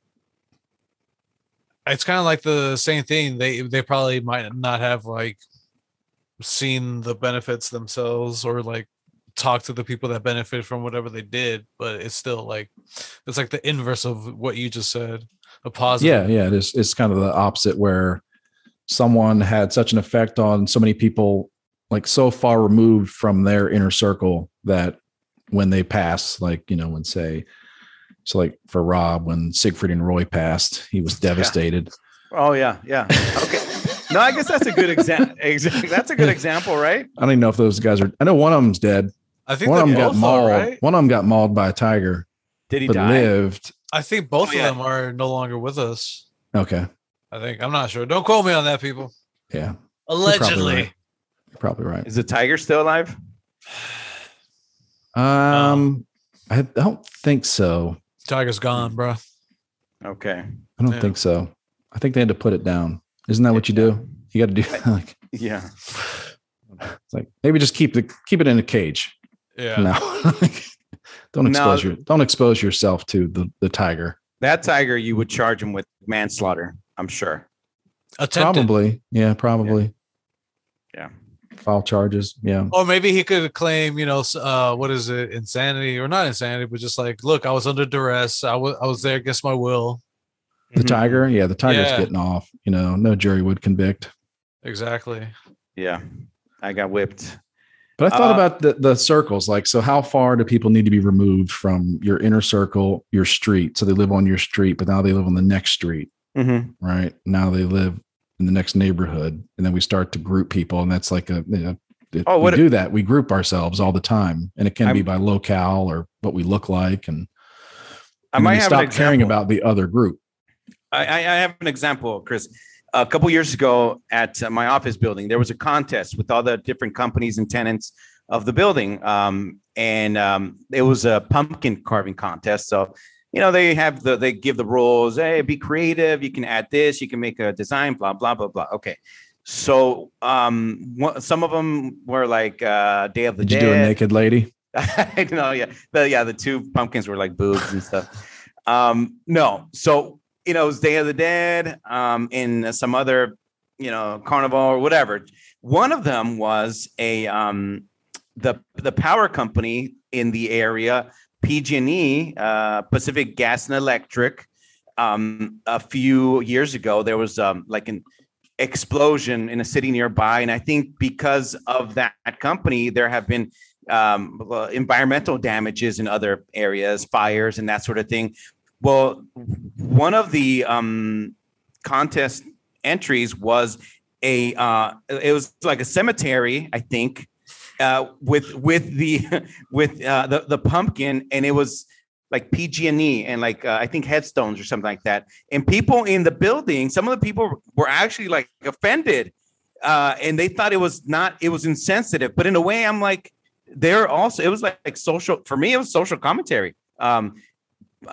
Speaker 4: it's kind of like the same thing. They they probably might not have like seen the benefits themselves or like talked to the people that benefited from whatever they did, but it's still like it's like the inverse of what you just said. A positive.
Speaker 2: yeah yeah it is it's kind of the opposite where someone had such an effect on so many people like so far removed from their inner circle that when they pass like you know when say so like for rob when siegfried and roy passed he was devastated
Speaker 3: Oh yeah, yeah. Okay. no, I guess that's a good example. That's a good example, right?
Speaker 2: i don't even know if those guys are i know one of them's dead
Speaker 4: I think
Speaker 2: one of
Speaker 4: they
Speaker 2: them got
Speaker 4: both are,
Speaker 2: mauled
Speaker 4: right?
Speaker 2: one of them got mauled by a tiger
Speaker 3: Did he
Speaker 2: but
Speaker 3: die?
Speaker 2: lived
Speaker 4: I think both
Speaker 3: Oh,
Speaker 4: of
Speaker 3: yeah.
Speaker 4: them are no longer with us.
Speaker 2: okay
Speaker 4: I think I'm not sure. Don't quote me on that, people.
Speaker 2: yeah probably
Speaker 4: Allegedly.
Speaker 2: right. you're probably right
Speaker 3: Is the tiger still alive?
Speaker 2: um
Speaker 4: Oh.
Speaker 2: i don't think so
Speaker 4: Tiger's gone, bro.
Speaker 3: Okay.
Speaker 2: I don't
Speaker 4: Yeah.
Speaker 2: think so. I think they had to put it down. Isn't that what you do? You got to do like,
Speaker 3: Yeah.
Speaker 2: it's like maybe just keep the keep it in a cage.
Speaker 4: Yeah.
Speaker 2: No, don't
Speaker 3: No.
Speaker 2: expose your don't expose yourself to the the tiger.
Speaker 3: That tiger, you would charge him with manslaughter. I'm sure.
Speaker 4: Attempted.
Speaker 2: Probably, yeah, probably.
Speaker 3: Yeah.
Speaker 2: File charges. Yeah.
Speaker 4: Or maybe he could claim, you know, s- uh, what is it, insanity or not insanity, but just like, look, I was under duress. I was I was there against my will.
Speaker 2: The
Speaker 3: Mm-hmm.
Speaker 4: Mm-hmm.
Speaker 2: tiger. Yeah, the tiger's
Speaker 4: Yeah.
Speaker 2: getting off. You know, no jury would convict.
Speaker 4: Exactly.
Speaker 3: Yeah. I got whipped.
Speaker 2: But I thought
Speaker 3: Uh,
Speaker 2: about the, the circles. Like, so how far do people need to be removed from your inner circle, your street? So they live on your street, but now they live on the next street.
Speaker 3: Mm-hmm.
Speaker 2: right? Now they live in the next neighborhood, and then we start to group people, and that's like a you know, it-
Speaker 3: Oh, what
Speaker 2: we
Speaker 3: a-
Speaker 2: do that. We group ourselves all the time, and it can be
Speaker 3: I'm-
Speaker 2: by locale or what we look like, and, and
Speaker 3: I
Speaker 2: then
Speaker 3: might
Speaker 2: we
Speaker 3: have an
Speaker 2: stop caring
Speaker 3: example.
Speaker 2: about the other group.
Speaker 3: I, I I have an example, Chris. A couple years ago at uh, my office building, there was a contest with all the different companies and tenants of the building. Um, and um, it was a pumpkin carving contest. So, you know, they have the, they give the rules. Hey, be creative. You can add this, you can make a design, blah, blah, blah, blah. Okay. So, um, wha- some of them were like uh, Day of the
Speaker 2: Did
Speaker 3: Dead.
Speaker 2: you do a naked lady?
Speaker 3: I know, yeah. The, yeah, the two pumpkins were like boobs and stuff. Um, no, so you know, it was Day of the Dead, um, in some other, you know, carnival or whatever. One of them was a um the the power company in the area, PG&E, uh, Pacific Gas and Electric. Um, a few years ago, there was um like an explosion in a city nearby, and I think because of that company, there have been um, well, environmental damages in other areas, fires and that sort of thing. Well, one of the um, contest entries was a uh, it was like a cemetery, I think, uh, with with the with uh, the the pumpkin, and it was like PG&E and like uh, I think headstones or something like that. And people in the building, some of the people were actually like offended, uh, and they thought it was not it was insensitive. But in a way, I'm like they're also it was like, like social for me it was social commentary um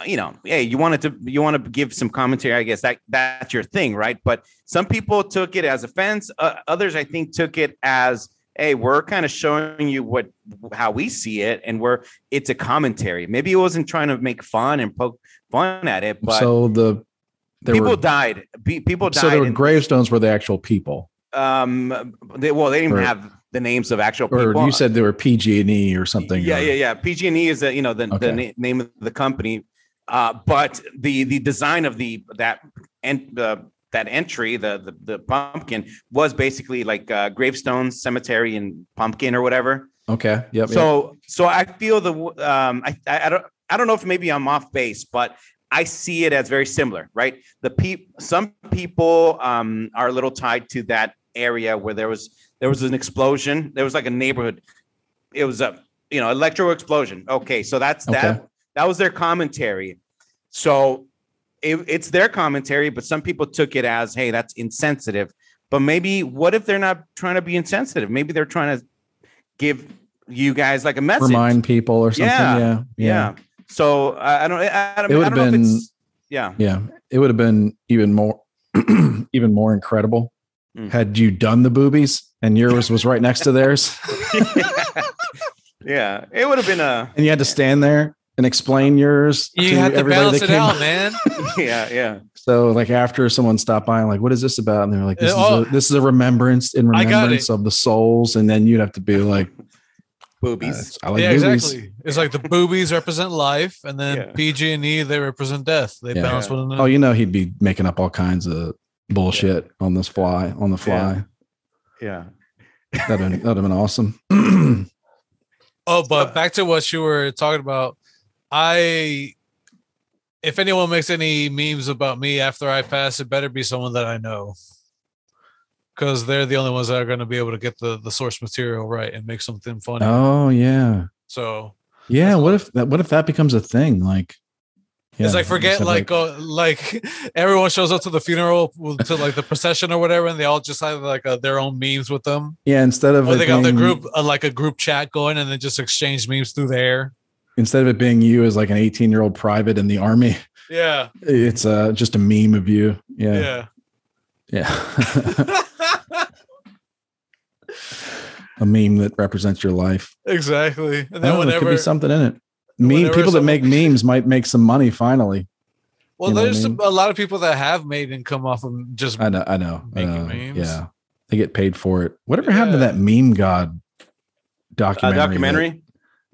Speaker 3: you know hey you wanted to you want to give some commentary i guess that that's your thing right but some people took it as offense uh, others i think took it as hey we're kind of showing you what how we see it and we're it's a commentary maybe it wasn't trying to make fun and poke fun at it but
Speaker 2: so the there
Speaker 3: people
Speaker 2: were
Speaker 3: died Pe- people died
Speaker 2: so there were
Speaker 3: and,
Speaker 2: gravestones were the actual people,
Speaker 3: um they, well they didn't
Speaker 2: Or-
Speaker 3: have the names of actual
Speaker 2: or
Speaker 3: people
Speaker 2: you said there were PG and E or something.
Speaker 3: Yeah,
Speaker 2: or-
Speaker 3: yeah, yeah. PG and E is the you know the, the
Speaker 2: Okay.
Speaker 3: na- name of the company, uh, but the the design of the that and the that entry the, the the pumpkin was basically like uh, gravestones, cemetery, and pumpkin or whatever.
Speaker 2: Okay. Yep. yep.
Speaker 3: So so I feel the w- um I, I I don't I don't know if maybe I'm off base, but I see it as very similar, right? The peop some people um are a little tied to that area where there was there was an explosion. There was like a neighborhood. It was a you know electro explosion. Okay, so that's
Speaker 2: Okay.
Speaker 3: that that was their commentary. So it, it's their commentary, but some people took it as, hey, that's insensitive. But maybe what if they're not trying to be insensitive? Maybe they're trying to give you guys like a message.
Speaker 2: Remind people or something.
Speaker 3: Yeah,
Speaker 2: Yeah.
Speaker 3: yeah. So I I don't. I, I don't,
Speaker 2: It
Speaker 3: I
Speaker 2: would've
Speaker 3: don't know
Speaker 2: been-
Speaker 3: if it's. Yeah.
Speaker 2: Yeah, it would have been even more, even more incredible
Speaker 3: Mm.
Speaker 2: had you done the boobies and yours was right next to theirs,
Speaker 3: yeah. It would have been a.
Speaker 2: and you had to stand there and explain yours.
Speaker 4: You have to
Speaker 2: everybody
Speaker 4: balance
Speaker 2: that
Speaker 4: it
Speaker 2: came-
Speaker 4: out, man.
Speaker 3: Yeah. Yeah.
Speaker 2: So like after someone stopped by and like, what is this about? And they're like, this,
Speaker 4: Oh.
Speaker 2: is, a, this is a remembrance in
Speaker 4: I got it.
Speaker 2: remembrance of the souls. And then you'd have to be like, "Uh,
Speaker 3: Boobies.
Speaker 2: I like
Speaker 4: yeah,
Speaker 2: movies.
Speaker 4: exactly. It's like the boobies represent life, and then
Speaker 3: Yeah.
Speaker 4: PG and E they represent death. They
Speaker 2: Yeah.
Speaker 4: balance one another.
Speaker 2: Oh, you know, he'd be making up all kinds of bullshit on this fly, on the fly.
Speaker 3: yeah.
Speaker 2: That'd, been, that'd have been awesome.
Speaker 4: Oh, but back to what you were talking about. I, if anyone makes any memes about me after I pass, it better be someone that I know, because they're the only ones that are going to be able to get the the source material right and make something funny.
Speaker 2: oh yeah.
Speaker 4: So
Speaker 2: Yeah. What if that, what if that becomes a thing? Like,
Speaker 4: it's
Speaker 2: yeah,
Speaker 4: like forget
Speaker 2: said,
Speaker 4: like oh, like everyone shows up to the funeral to like the procession or whatever, and they all just have like uh, their own memes with them.
Speaker 2: yeah, instead of
Speaker 4: Or
Speaker 2: it
Speaker 4: they got the
Speaker 2: being-
Speaker 4: group uh, like a group chat going, and then just exchange memes through the air.
Speaker 2: instead of it being you as like an 18 year old private in the army,
Speaker 4: Yeah,
Speaker 2: it's uh, just a meme of you. Yeah.
Speaker 4: yeah.
Speaker 2: Yeah. a meme that represents your life.
Speaker 4: Exactly. And
Speaker 2: I
Speaker 4: then
Speaker 2: don't know, there could
Speaker 4: whenever
Speaker 2: be something in it. Meme,
Speaker 4: whenever
Speaker 2: people that
Speaker 4: someone-
Speaker 2: make memes might make some money finally.
Speaker 4: Well,
Speaker 2: You know what I
Speaker 4: there's
Speaker 2: mean?
Speaker 4: a lot of people that have made income off of just
Speaker 2: I know, I know. I
Speaker 4: Making
Speaker 2: know.
Speaker 4: memes.
Speaker 2: Yeah. They get paid for it. Whatever happened to
Speaker 4: Yeah.
Speaker 2: that meme god
Speaker 3: A
Speaker 2: documentary? that-
Speaker 3: documentary.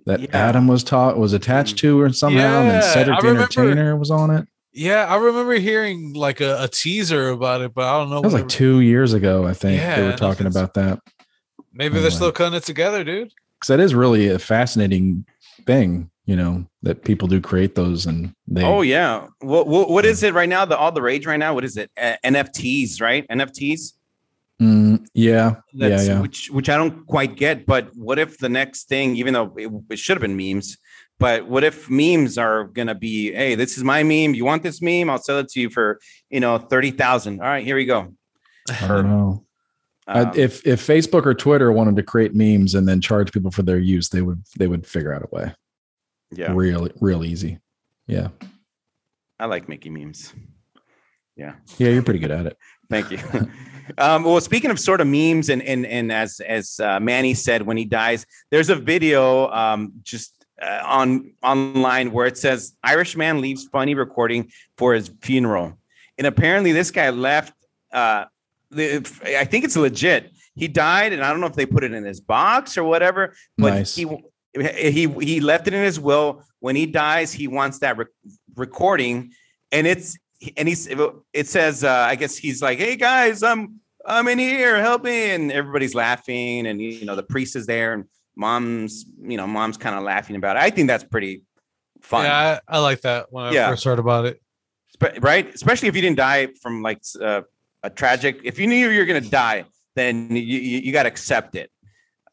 Speaker 2: that,
Speaker 3: Yeah.
Speaker 2: Adam was taught was attached to or somehow, and
Speaker 4: Yeah,
Speaker 2: then Cedric
Speaker 4: I
Speaker 2: the
Speaker 4: remember.
Speaker 2: Entertainer was on it.
Speaker 4: yeah. I remember hearing like a, a teaser about it, but I don't know.
Speaker 2: That was
Speaker 3: Oh,
Speaker 2: like
Speaker 4: whatever-
Speaker 2: two years ago, I think.
Speaker 4: Yeah,
Speaker 2: they
Speaker 4: I
Speaker 2: were
Speaker 4: don't
Speaker 2: talking
Speaker 4: think so.
Speaker 2: about that
Speaker 4: Maybe
Speaker 2: anyway.
Speaker 4: they're still cutting it together, dude.
Speaker 2: because that is really a fascinating thing, you know, that people do create those and they.
Speaker 3: Oh yeah. What, what what is it right now? The all the rage right now. What is it? Uh, NFTs, right? NFTs.
Speaker 2: Mm, yeah, yeah,
Speaker 3: That's
Speaker 2: yeah.
Speaker 3: which which I don't quite get. But what if the next thing, even though it, it should have been memes, but what if memes are gonna be, hey, this is my meme. You want this meme? I'll sell it to you for you know thirty thousand. All right, here we go.
Speaker 2: I don't know.
Speaker 3: Um,
Speaker 2: I, if if Facebook or Twitter wanted to create memes and then charge people for their use, they would they would figure out a way.
Speaker 3: yeah,
Speaker 2: Real real easy. Yeah.
Speaker 3: I like making memes.
Speaker 2: Yeah, you're pretty good at it.
Speaker 3: Thank you. um, well, speaking of sort of memes, and and and as as uh, Manny said when he dies, there's a video um, just uh, on online where it says Irishman leaves funny recording for his funeral, and apparently this guy left. Uh, the, I think it's legit. He died, and I don't know if they put it in his box or whatever, but
Speaker 2: Nice.
Speaker 3: he he he left it in his will. When he dies, he wants that rec- recording, and it's and he's it says uh, I guess he's like, hey guys, I'm I'm in here, help me, and everybody's laughing, and you know the priest is there, and mom's you know mom's kind of laughing about it. I think that's pretty fun,
Speaker 4: Yeah, I, I like that when I
Speaker 3: Yeah.
Speaker 4: first heard about it.
Speaker 3: Spe- right? Especially if you didn't die from like s- uh, a tragic. If you knew you were gonna die, then you you, you got to accept it.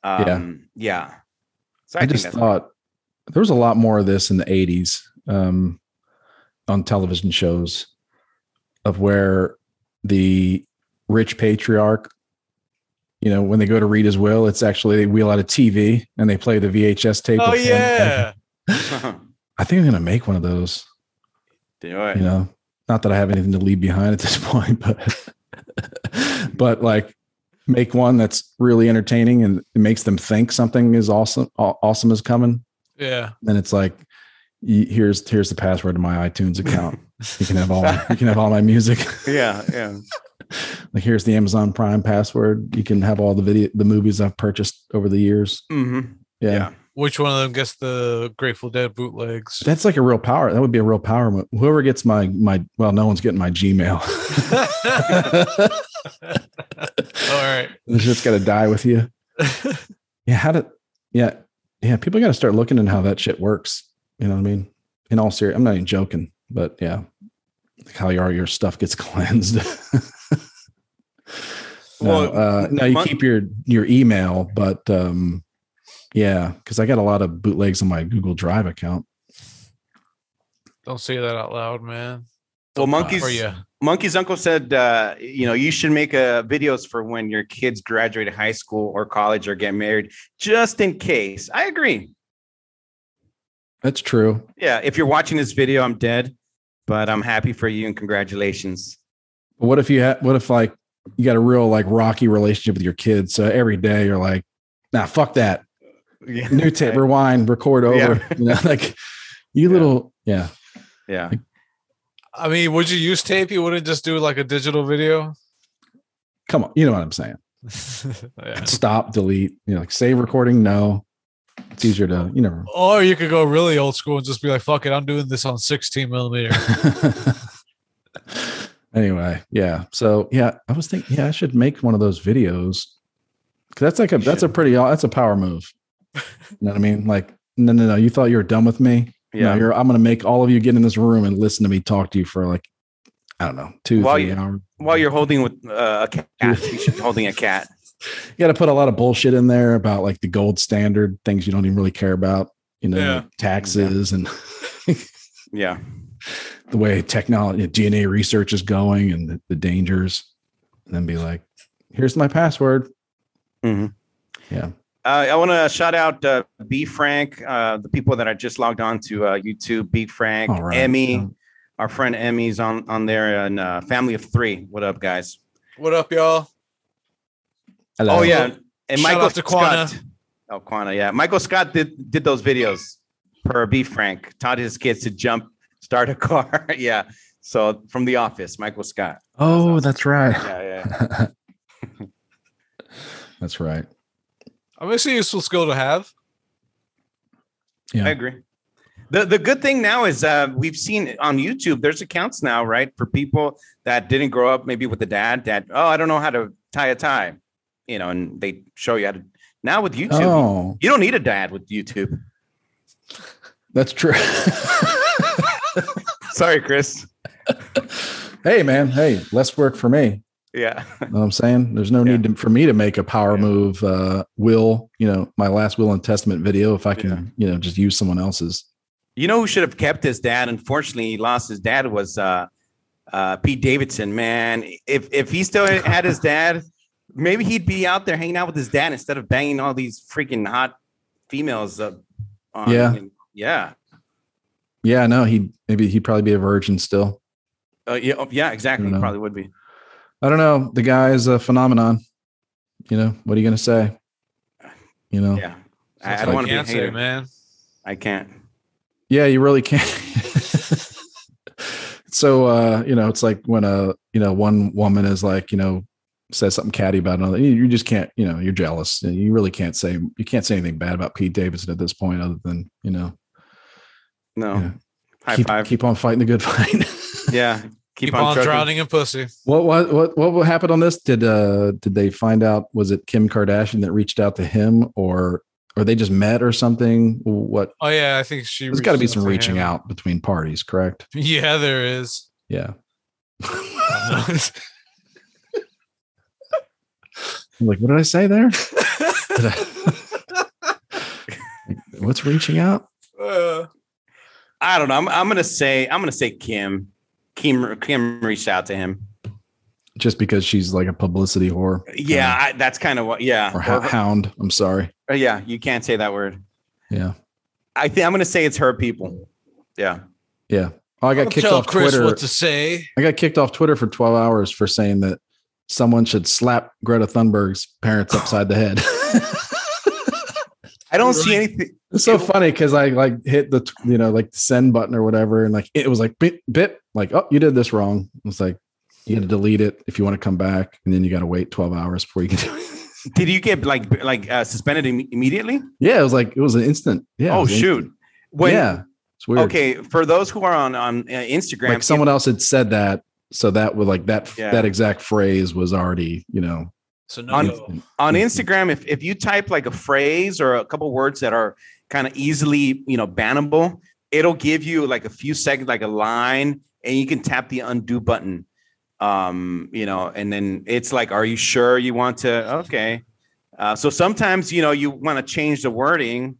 Speaker 3: Um, yeah. So
Speaker 2: I
Speaker 3: I, think
Speaker 2: just
Speaker 3: that's
Speaker 2: thought there was a lot more of this in the 80s um, on television shows of where the rich patriarch, you know, when they go to read his will, it's actually they wheel out a TV and they play the VHS tape.
Speaker 4: Oh
Speaker 2: of him.
Speaker 4: yeah,
Speaker 2: I think I'm going to make one of those.
Speaker 3: Do it.
Speaker 2: you know not that i have anything to leave behind at this point but but like make one that's really entertaining and it makes them think something is awesome aw- awesome is coming
Speaker 4: yeah.
Speaker 2: then it's like y- here's here's the password to my itunes account you can have all you can have all my music
Speaker 3: Yeah, yeah.
Speaker 2: like here's the amazon prime password you can have all the video the movies i've purchased over the years
Speaker 3: hmm
Speaker 2: yeah,
Speaker 4: Which one of them gets the Grateful Dead bootlegs?
Speaker 2: that's like a real power that would be a real power move whoever gets my my well no one's getting my gmail
Speaker 4: All right.
Speaker 2: this shit's gotta die with you Yeah, how to yeah, yeah, people gotta start looking at how that shit works. You know what I mean? In all serious I'm not even joking, but yeah. Like how your your stuff gets cleansed. no,
Speaker 3: Well,
Speaker 2: uh, no, you
Speaker 3: mon-
Speaker 2: keep your your email, but um yeah, because I got a lot of bootlegs on my Google Drive account.
Speaker 4: Don't say that out loud, man.
Speaker 3: Well,
Speaker 4: Or
Speaker 3: monkeys.
Speaker 4: yeah.
Speaker 3: Monkey's uncle said, uh, you know, you should make uh, videos for when your kids graduate high school or college or get married, just in case. I agree.
Speaker 2: That's true.
Speaker 3: Yeah, if you're watching this video, I'm dead, but I'm happy for you and congratulations.
Speaker 2: But what if you had what if like you got a real like rocky relationship with your kids? So every day you're like, nah, fuck that.
Speaker 3: Yeah,
Speaker 2: new tape, rewind, record over.
Speaker 3: Yeah.
Speaker 2: You know, like you
Speaker 3: Yeah.
Speaker 2: little yeah.
Speaker 3: yeah.
Speaker 4: I mean, would you use tape? You wouldn't just do like a digital video.
Speaker 2: Come on, you know what I'm saying.
Speaker 4: yeah.
Speaker 2: Stop, delete, you know, like save recording. No, it's easier to you know.
Speaker 4: Or you could go really old school and just be like, "Fuck it, I'm doing this on 16 millimeter."
Speaker 2: anyway, yeah. So yeah, I was thinking, yeah, I should make one of those videos. 'Cause that's like a
Speaker 3: You
Speaker 2: that's a pretty that's a power move. You know what I mean? Like, no, no, no. You thought you were done with me? No,
Speaker 3: Yeah.
Speaker 2: you're, I'm going to make all of you get in this room and listen to me talk to you for like, I don't know, two,
Speaker 3: While
Speaker 2: three
Speaker 3: you-
Speaker 2: hours.
Speaker 3: While you're holding with uh, a cat, you should be holding a cat.
Speaker 2: You got to put a lot of bullshit in there about like the gold standard, things you don't even really care about, you know,
Speaker 4: Yeah.
Speaker 2: like taxes and
Speaker 3: Yeah.
Speaker 2: the way technology, DNA research is going and the, the dangers. And then be like, here's my password.
Speaker 3: Uh, I want to shout out uh, B Frank, uh, the people that I just logged on to uh, YouTube. B Frank,
Speaker 2: All right.
Speaker 3: Emmy,
Speaker 2: Um,
Speaker 3: our friend Emmy's on on there, and uh, family of three. What up, guys?
Speaker 4: what up, y'all?
Speaker 2: hello.
Speaker 3: Oh yeah, and
Speaker 4: Shout
Speaker 3: Michael
Speaker 4: out to Quanah.
Speaker 3: Scott. Oh Quana, yeah. Michael Scott did did those videos per B Frank. Taught his kids to jump, start a car. yeah. So from the office, Michael Scott.
Speaker 2: Oh, that's right.
Speaker 3: Yeah, yeah.
Speaker 2: That's right.
Speaker 4: I mean, it's a useful skill to have.
Speaker 2: Yeah.
Speaker 3: I agree. The the good thing now is uh, we've seen on YouTube there's accounts now, right? For people that didn't grow up maybe with the dad that, oh, I don't know how to tie a tie. You know, and they show you how to now with YouTube.
Speaker 2: Oh,
Speaker 3: You don't need a dad with YouTube.
Speaker 2: that's true.
Speaker 3: Sorry, Chris.
Speaker 2: hey, man. Hey, less work for me.
Speaker 3: Yeah.
Speaker 2: know what I'm saying? There's no
Speaker 3: Yeah.
Speaker 2: need to, for me to make a power
Speaker 3: Yeah.
Speaker 2: move uh will, you know, my last will and testament video if I can,
Speaker 3: Yeah.
Speaker 2: you know, just use someone else's.
Speaker 3: You know who should have kept his dad? Unfortunately, he lost his dad was uh, uh, Pete Davidson. Man, if if he still had his dad, maybe he'd be out there hanging out with his dad instead of banging all these freaking hot females. Up on,
Speaker 2: Yeah.
Speaker 3: yeah,
Speaker 2: Yeah, no, he maybe he'd probably be a virgin still.
Speaker 3: uh, yeah, oh, yeah. Exactly,
Speaker 2: know.
Speaker 3: probably would be.
Speaker 2: I don't know. The guy is a phenomenon. You know, what are you gonna say? You know, yeah,
Speaker 3: Yeah,
Speaker 4: That's
Speaker 3: I, I
Speaker 4: all
Speaker 3: don't want to be a
Speaker 4: can say,
Speaker 3: hater.
Speaker 4: man.
Speaker 3: I can't.
Speaker 2: you really can't. so uh, you know, it's like when a you know, one woman is like, you know, says something catty about another. You, you just can't, you know, you're jealous. You really can't say you can't say anything bad about Pete Davidson at this point, other than, you know.
Speaker 3: No,
Speaker 2: Yeah.
Speaker 3: high
Speaker 2: keep,
Speaker 3: five.
Speaker 2: keep on fighting the good fight.
Speaker 3: yeah,
Speaker 4: Keep, on,
Speaker 3: trucking.
Speaker 4: drowning in pussy.
Speaker 2: what what what what happened on this? Did uh did they find out was it Kim Kardashian that reached out to him or or they just met or something? What
Speaker 4: Oh yeah, I think she.
Speaker 2: there's got to be
Speaker 4: reached
Speaker 2: some
Speaker 4: to
Speaker 2: reaching
Speaker 4: him.
Speaker 2: out between parties, correct?
Speaker 4: Yeah, there is.
Speaker 2: Yeah.
Speaker 4: Uh,
Speaker 2: I'm like, what did I say there? Did I- What's reaching out?
Speaker 4: Uh,
Speaker 3: I don't know. I'm, I'm gonna say I'm gonna say Kim. Kim Kim reached out to him.
Speaker 2: Just because she's like a publicity whore
Speaker 3: Yeah, I, that's kind of what. Yeah,
Speaker 2: or ho-
Speaker 3: Or-
Speaker 2: hound. I'm sorry.
Speaker 3: Uh, yeah, you can't say that word.
Speaker 2: Yeah.
Speaker 3: I think I'm gonna say it's her people. Yeah.
Speaker 2: Yeah. Oh, I got
Speaker 4: I'll
Speaker 2: kicked
Speaker 4: tell
Speaker 2: off
Speaker 4: Chris
Speaker 2: Twitter.
Speaker 4: what to say.
Speaker 2: I got kicked off Twitter for 12 hours for saying that someone should slap Greta Thunberg's parents upside the head.
Speaker 3: I don't see anything.
Speaker 2: it's so funny because I like hit the t- you know like the send button or whatever, and like it was like bit bit like oh you did this wrong. It's like you got to delete it if you want to come back, and then you got to wait 12 hours before you can do it.
Speaker 3: Did you get like b- like uh, suspended Im- immediately?
Speaker 2: yeah, it was like it was an instant. Yeah. it
Speaker 3: oh
Speaker 2: was
Speaker 3: shoot.
Speaker 2: instant.
Speaker 3: When,
Speaker 2: yeah, it's weird.
Speaker 3: Okay, for those who are on on uh, Instagram,
Speaker 2: like someone else had said that, so that was like that
Speaker 3: Yeah.
Speaker 2: that exact phrase was already you know
Speaker 4: So no.
Speaker 3: On-
Speaker 4: go.
Speaker 3: on Instagram, if if you type like a phrase or a couple words that are kind of easily you know bannable, it'll give you like a few seconds, like a line, and you can tap the undo button. Um, you know, and then it's like, are you sure you want to? Okay. Uh, so sometimes you know you want to change the wording.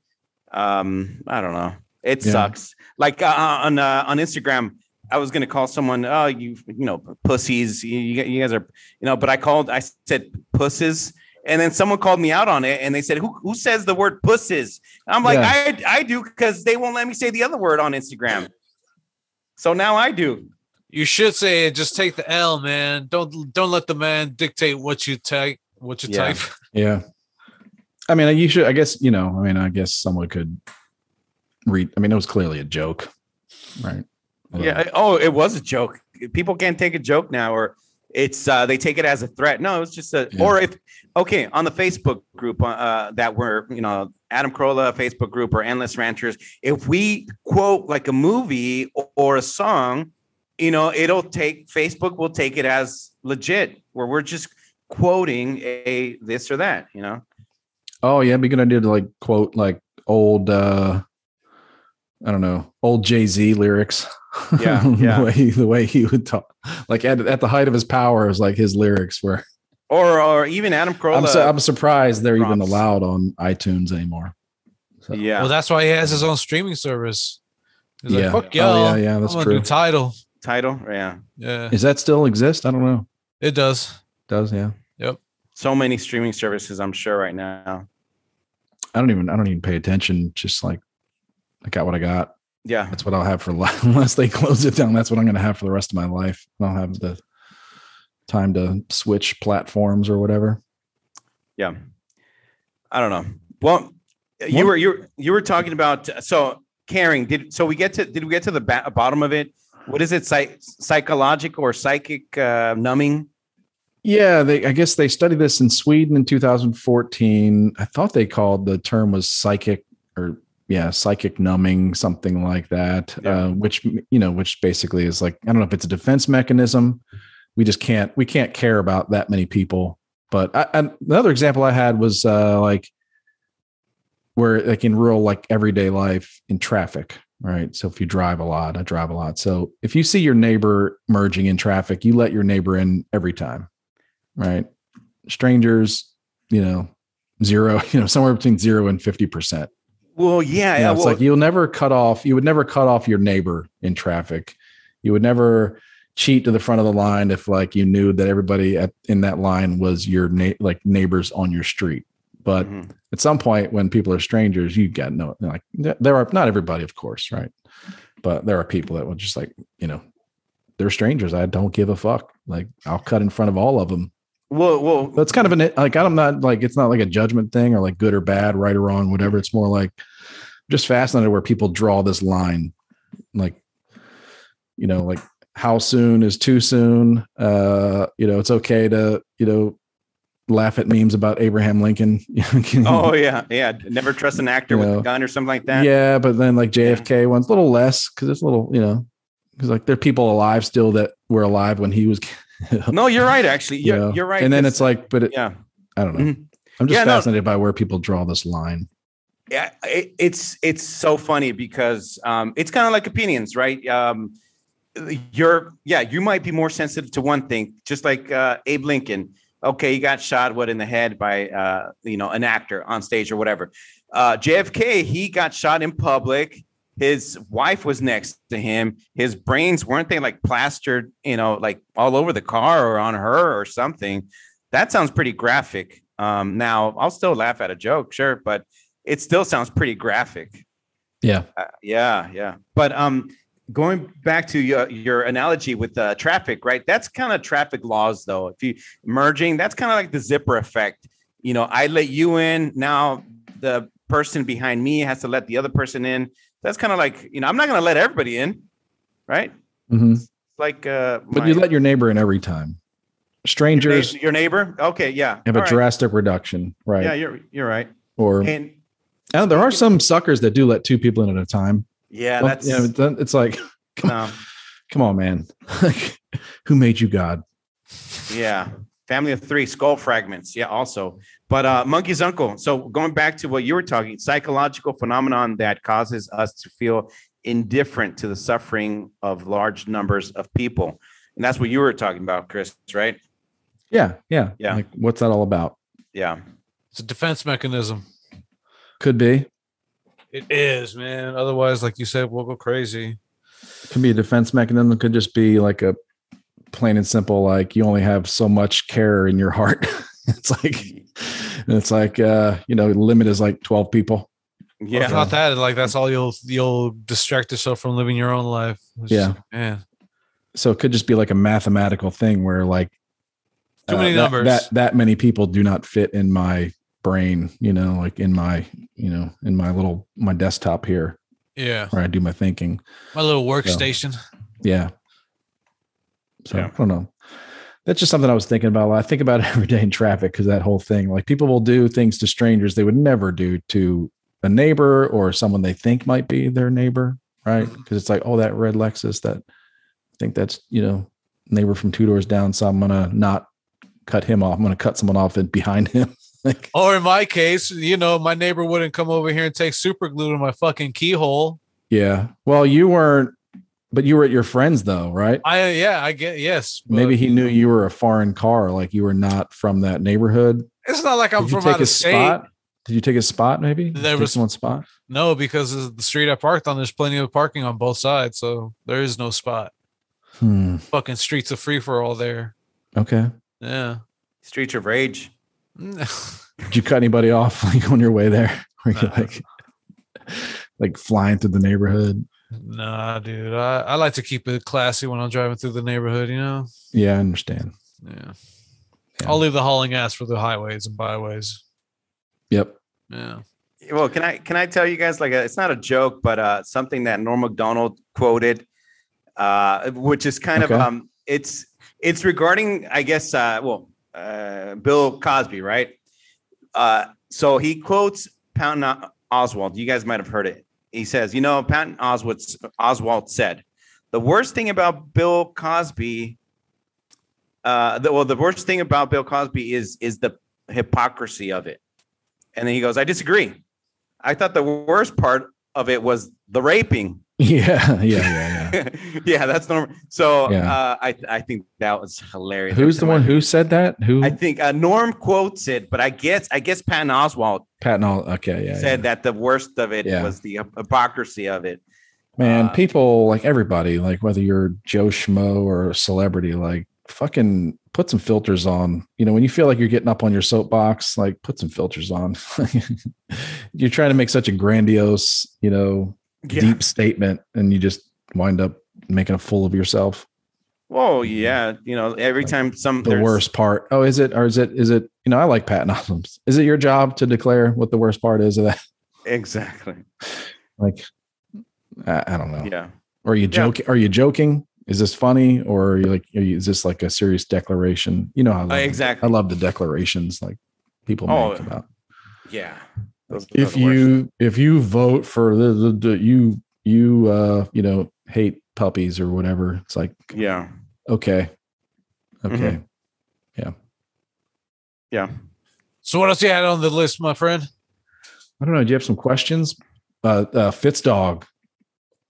Speaker 3: Um, I don't know. It
Speaker 2: Yeah.
Speaker 3: sucks. Like uh, on uh, on Instagram, I was gonna call someone. Oh, you you know pussies. You, you you guys are you know. But I called. I said pusses. And then someone called me out on it and they said, Who, who says the word pusses? I'm like, I, I do because they won't let me say the other word on Instagram. So now I do.
Speaker 4: You should say it. Just take the L, man. Don't don't let the man dictate what you type. What you
Speaker 3: Yeah.
Speaker 4: type.
Speaker 2: Yeah. I mean, you should, I guess, you know, I mean, I guess someone could read. I mean, it was clearly a joke, right?
Speaker 3: Yeah. I- Oh, it was a joke. People can't take a joke now, or it's uh, they take it as a threat. No, it's just a.
Speaker 2: Yeah.
Speaker 3: Or if okay on the Facebook group uh, that we're you know Adam Carolla Facebook group or Endless Ranchers, if we quote like a movie or, or a song, you know it'll take Facebook will take it as legit, where we're just quoting a this or that. You know.
Speaker 2: Oh yeah, it'd be a good idea to like quote like old uh I don't know, old Jay Z lyrics.
Speaker 3: Yeah,
Speaker 2: the
Speaker 3: yeah.
Speaker 2: way he, the way he would talk, like at, at the height of his power, is like his lyrics were.
Speaker 3: Or, or even Adam Carolla.
Speaker 2: I'm, su- I'm surprised they're even
Speaker 3: prompts.
Speaker 2: allowed on iTunes anymore. So-
Speaker 3: yeah.
Speaker 4: Well, that's why he has his own streaming service. He's
Speaker 2: yeah,
Speaker 4: like, fuck
Speaker 2: Oh,
Speaker 4: y'all.
Speaker 2: yeah, yeah, that's
Speaker 4: I'm gonna
Speaker 2: true.
Speaker 4: do title.
Speaker 3: title. Yeah.
Speaker 4: Yeah,
Speaker 2: Is that still exist? I don't know.
Speaker 4: it does.
Speaker 2: Does yeah?
Speaker 3: So many streaming services, I'm sure, right now.
Speaker 2: I don't even I don't even pay attention. Just like I got what I got.
Speaker 3: Yeah.
Speaker 2: That's what I'll have for life unless they close it down. That's what I'm going to have for the rest of my life. I don't have the time to switch platforms or whatever.
Speaker 3: Yeah. I don't know. Well, you
Speaker 2: One-
Speaker 3: were you were- you were talking about so caring. Did so we get to did we get to the ba- bottom of it? What is it? Psych, psychological or psychic uh, numbing?
Speaker 2: Yeah, they I guess they studied this in Sweden in 2014. I thought they called the term was psychic or yeah, psychic numbing, something like that.
Speaker 3: Yeah.
Speaker 2: Uh, which you know, which basically is like I don't know if it's a defense mechanism. We just can't we can't care about that many people. But I, I, another example I had was uh, like where like in real like everyday life in traffic right so if you drive a lot i drive a lot so if you see your neighbor merging in traffic you let your neighbor in every time right strangers you know zero you know somewhere between zero and 50%
Speaker 3: Well, yeah,
Speaker 2: you know,
Speaker 3: yeah.
Speaker 2: it's
Speaker 3: Well,
Speaker 2: like you'll never cut off you would never cut off your neighbor in traffic you would never cheat to the front of the line if like you knew that everybody at, in that line was your na- like neighbors on your street but
Speaker 3: Mhm.
Speaker 2: at some point when people are strangers, you got no like th- there are not everybody, of course, right? But there are people that will just like you know they're strangers. I don't give a fuck. Like I'll cut in front of all of them.
Speaker 3: well, well,
Speaker 2: That's kind of an like I'm not like it's not like a judgment thing or like good or bad, right or wrong, whatever. It's more like just fascinated where people draw this line, like you know, like how soon is too soon. Uh, you know, it's okay to you know laugh at memes about Abraham Lincoln.
Speaker 3: oh yeah, yeah. Never trust an actor with
Speaker 2: Yeah.
Speaker 3: a gun or something like that.
Speaker 2: Yeah, but then like JFK one's a little less because it's a little, you know, because like there are people alive still that were alive when he was. you
Speaker 3: No, you're right. Actually, you're,
Speaker 2: know?
Speaker 3: you're right.
Speaker 2: And then
Speaker 3: 'cause-
Speaker 2: it's like, but it,
Speaker 3: yeah,
Speaker 2: I don't know.
Speaker 3: Mhm.
Speaker 2: I'm just
Speaker 3: Yeah, no.
Speaker 2: fascinated by where people draw this line.
Speaker 3: yeah. It, it's it's so funny because um, it's kind of like opinions, right? Um, you're yeah you might be more sensitive to one thing just like uh, abe lincoln okay he got shot what in the head by uh, you know an actor on stage or whatever uh, jfk he got shot in public his wife was next to him his brains weren't they like plastered you know like all over the car or on her or something that sounds pretty graphic um, now i'll still laugh at a joke sure but it still sounds pretty graphic
Speaker 2: Yeah.
Speaker 3: uh, yeah, yeah. But um, going back to your your analogy with uh, traffic, right? That's kind of traffic laws, though. If you merging, that's kind of like the zipper effect. You know, I let you in, now the person behind me has to let the other person in. That's kind of like you know, I'm not going to let everybody in, right?
Speaker 2: Mhm.
Speaker 3: It's like uh,
Speaker 2: But
Speaker 3: my-
Speaker 2: you let your neighbor in every time.
Speaker 3: your,
Speaker 2: Strangers
Speaker 3: neigh- your neighbor. Okay, yeah.
Speaker 2: have
Speaker 3: all
Speaker 2: a
Speaker 3: right.
Speaker 2: drastic reduction, right?
Speaker 3: Yeah, you're you're right.
Speaker 2: Or
Speaker 3: And
Speaker 2: and there are some suckers that do let two people in at a time.
Speaker 3: yeah,
Speaker 2: Well,
Speaker 3: that's um,
Speaker 2: you know, then it's like,
Speaker 3: no,
Speaker 2: come on, man. Like, who made you God?
Speaker 3: Yeah. Family of three, skull fragments. Yeah, also. But uh, monkey's uncle. So going back to what you were talking, psychological phenomenon that causes us to feel indifferent to the suffering of large numbers of people. And that's what you were talking about, Chris, right?
Speaker 2: Yeah. Yeah.
Speaker 3: Yeah.
Speaker 2: Like, what's that all about?
Speaker 3: Yeah.
Speaker 4: It's a defense mechanism.
Speaker 2: Could be.
Speaker 4: It is, man. Otherwise, like you said, we'll go crazy.
Speaker 2: could be a defense mechanism. It could just be like a plain and simple, like you only have so much care in your heart. it's like it's like uh, you know, limit is like 12 people.
Speaker 4: Yeah.
Speaker 3: Yeah.
Speaker 4: If not that, like that's all you'll you'll distract yourself from living your own life. It's just
Speaker 2: Yeah.
Speaker 4: like, man.
Speaker 2: So it could just be like a mathematical thing where like
Speaker 4: Too many
Speaker 2: Uh, that-
Speaker 4: numbers.
Speaker 2: That, that many people do not fit in my brain, you know, like in my, you know, in my little my desktop here
Speaker 4: Yeah.
Speaker 2: where I do my thinking.
Speaker 4: My little workstation.
Speaker 2: Yeah. So
Speaker 3: Yeah.
Speaker 2: I don't know. That's just something I was thinking about. a lot. I think about it every day in traffic because that whole thing, like people will do things to strangers they would never do to a neighbor or someone they think might be their neighbor, right? Because it's like, oh, that red Lexus, that I think that's you know neighbor from two doors down, so I'm gonna not cut him off. I'm gonna cut someone off and behind him. like,
Speaker 4: Or in my case, you know, my neighbor wouldn't come over here and take super glue to my fucking keyhole.
Speaker 2: yeah. Well, you weren't, but you were at your friend's though, right?
Speaker 4: I yeah, I get yes. but
Speaker 2: Maybe he knew you were a foreign car, like you were not from that neighborhood.
Speaker 4: It's not like I'm
Speaker 2: Did you
Speaker 4: from
Speaker 2: take
Speaker 4: out
Speaker 2: a
Speaker 4: of state.
Speaker 2: spot? Did you take a spot? Maybe
Speaker 4: There
Speaker 2: Take
Speaker 4: was-
Speaker 2: someone's spot.
Speaker 4: No, because of the street I parked on, there's plenty of parking on both sides, so there is no spot.
Speaker 2: Hmm.
Speaker 4: Fucking streets a free for all there.
Speaker 2: Okay.
Speaker 4: Yeah.
Speaker 3: Streets of Rage.
Speaker 2: Did you cut anybody off like on your way there? Were you
Speaker 4: No.
Speaker 2: like, like flying through the neighborhood?
Speaker 4: nah, dude. I, I like to keep it classy when I'm driving through the neighborhood, you know?
Speaker 2: Yeah, I understand.
Speaker 4: Yeah.
Speaker 2: Yeah.
Speaker 4: I'll leave the hauling ass for the highways and byways.
Speaker 2: Yep.
Speaker 4: Yeah.
Speaker 3: Well, can I can I tell you guys like a, it's not a joke, but uh, something that Norm Macdonald quoted, uh, which is kind of
Speaker 2: Okay.
Speaker 3: um, it's it's regarding I guess uh, well uh, Bill Cosby, right? Uh, so he quotes Patton Oswald. You guys might have heard it. He says, you know, Patton Oswald Oswald said, the worst thing about Bill Cosby. Uh, the, well, the worst thing about Bill Cosby is is the hypocrisy of it. And then he goes, I disagree. I thought the worst part of it was the raping.
Speaker 2: Yeah. Yeah. Yeah.
Speaker 3: yeah, that's normal. So
Speaker 2: Yeah.
Speaker 3: uh, I I think that was hilarious.
Speaker 2: Yeah. Who's the one who said that? Who?
Speaker 3: I think uh, Norm quotes it, but I guess I guess Patton Oswald
Speaker 2: Patton. All. Okay. Yeah.
Speaker 3: said
Speaker 2: yeah.
Speaker 3: that the worst of it
Speaker 2: Yeah.
Speaker 3: was the hyp- hypocrisy of it.
Speaker 2: Man,
Speaker 3: uh,
Speaker 2: people like everybody, like whether you're Joe Schmo or a celebrity, like fucking put some filters on. You know, when you feel like you're getting up on your soapbox, like put some filters on. you're trying to make such a grandiose, you know, deep statement, and you just wind up making a fool of yourself.
Speaker 3: Whoa, yeah. You know, every time some
Speaker 2: The
Speaker 3: there's-
Speaker 2: worst part. Oh, is it or is it is it, you know, I like Patton Oswalt. Is it your job to declare what the worst part is of that?
Speaker 3: Exactly.
Speaker 2: Like I, I don't know.
Speaker 3: Yeah.
Speaker 2: Are you joking? Are you joking? Is this funny or are you like are you, is this like a serious declaration? You know how I love,
Speaker 3: Uh,
Speaker 2: I
Speaker 3: exactly.
Speaker 2: love the declarations like people
Speaker 3: Oh,
Speaker 2: make about
Speaker 3: Yeah. Those- those
Speaker 2: if
Speaker 3: are the worst.
Speaker 2: you if you vote for the, the, the you you uh you know hate puppies or whatever. It's like
Speaker 3: yeah.
Speaker 2: okay,
Speaker 3: Mm-hmm.
Speaker 2: okay.
Speaker 3: Yeah.
Speaker 4: So what else you had on the list, my friend?
Speaker 2: I don't know. Do you have some questions? Uh, uh, Fitzdog,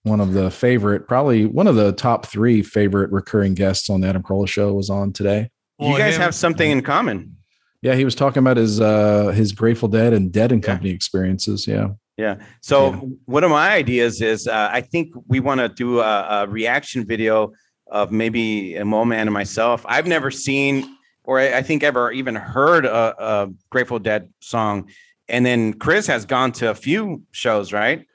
Speaker 2: one of the favorite, probably one of the top three favorite recurring guests on the Adam Carolla show, was on today.
Speaker 4: Well,
Speaker 3: you guys
Speaker 4: him-
Speaker 3: have something in common.
Speaker 2: Yeah, he was talking about his uh his Grateful Dead and Dead and
Speaker 3: Yeah.
Speaker 2: Company experiences. Yeah.
Speaker 3: Yeah. So
Speaker 2: Yeah.
Speaker 3: one of my ideas is uh, I think we want to do a, a reaction video of maybe a moment and myself. I've never seen or I I think ever even heard a, a Grateful Dead song. And then Chris has gone to a few shows, right?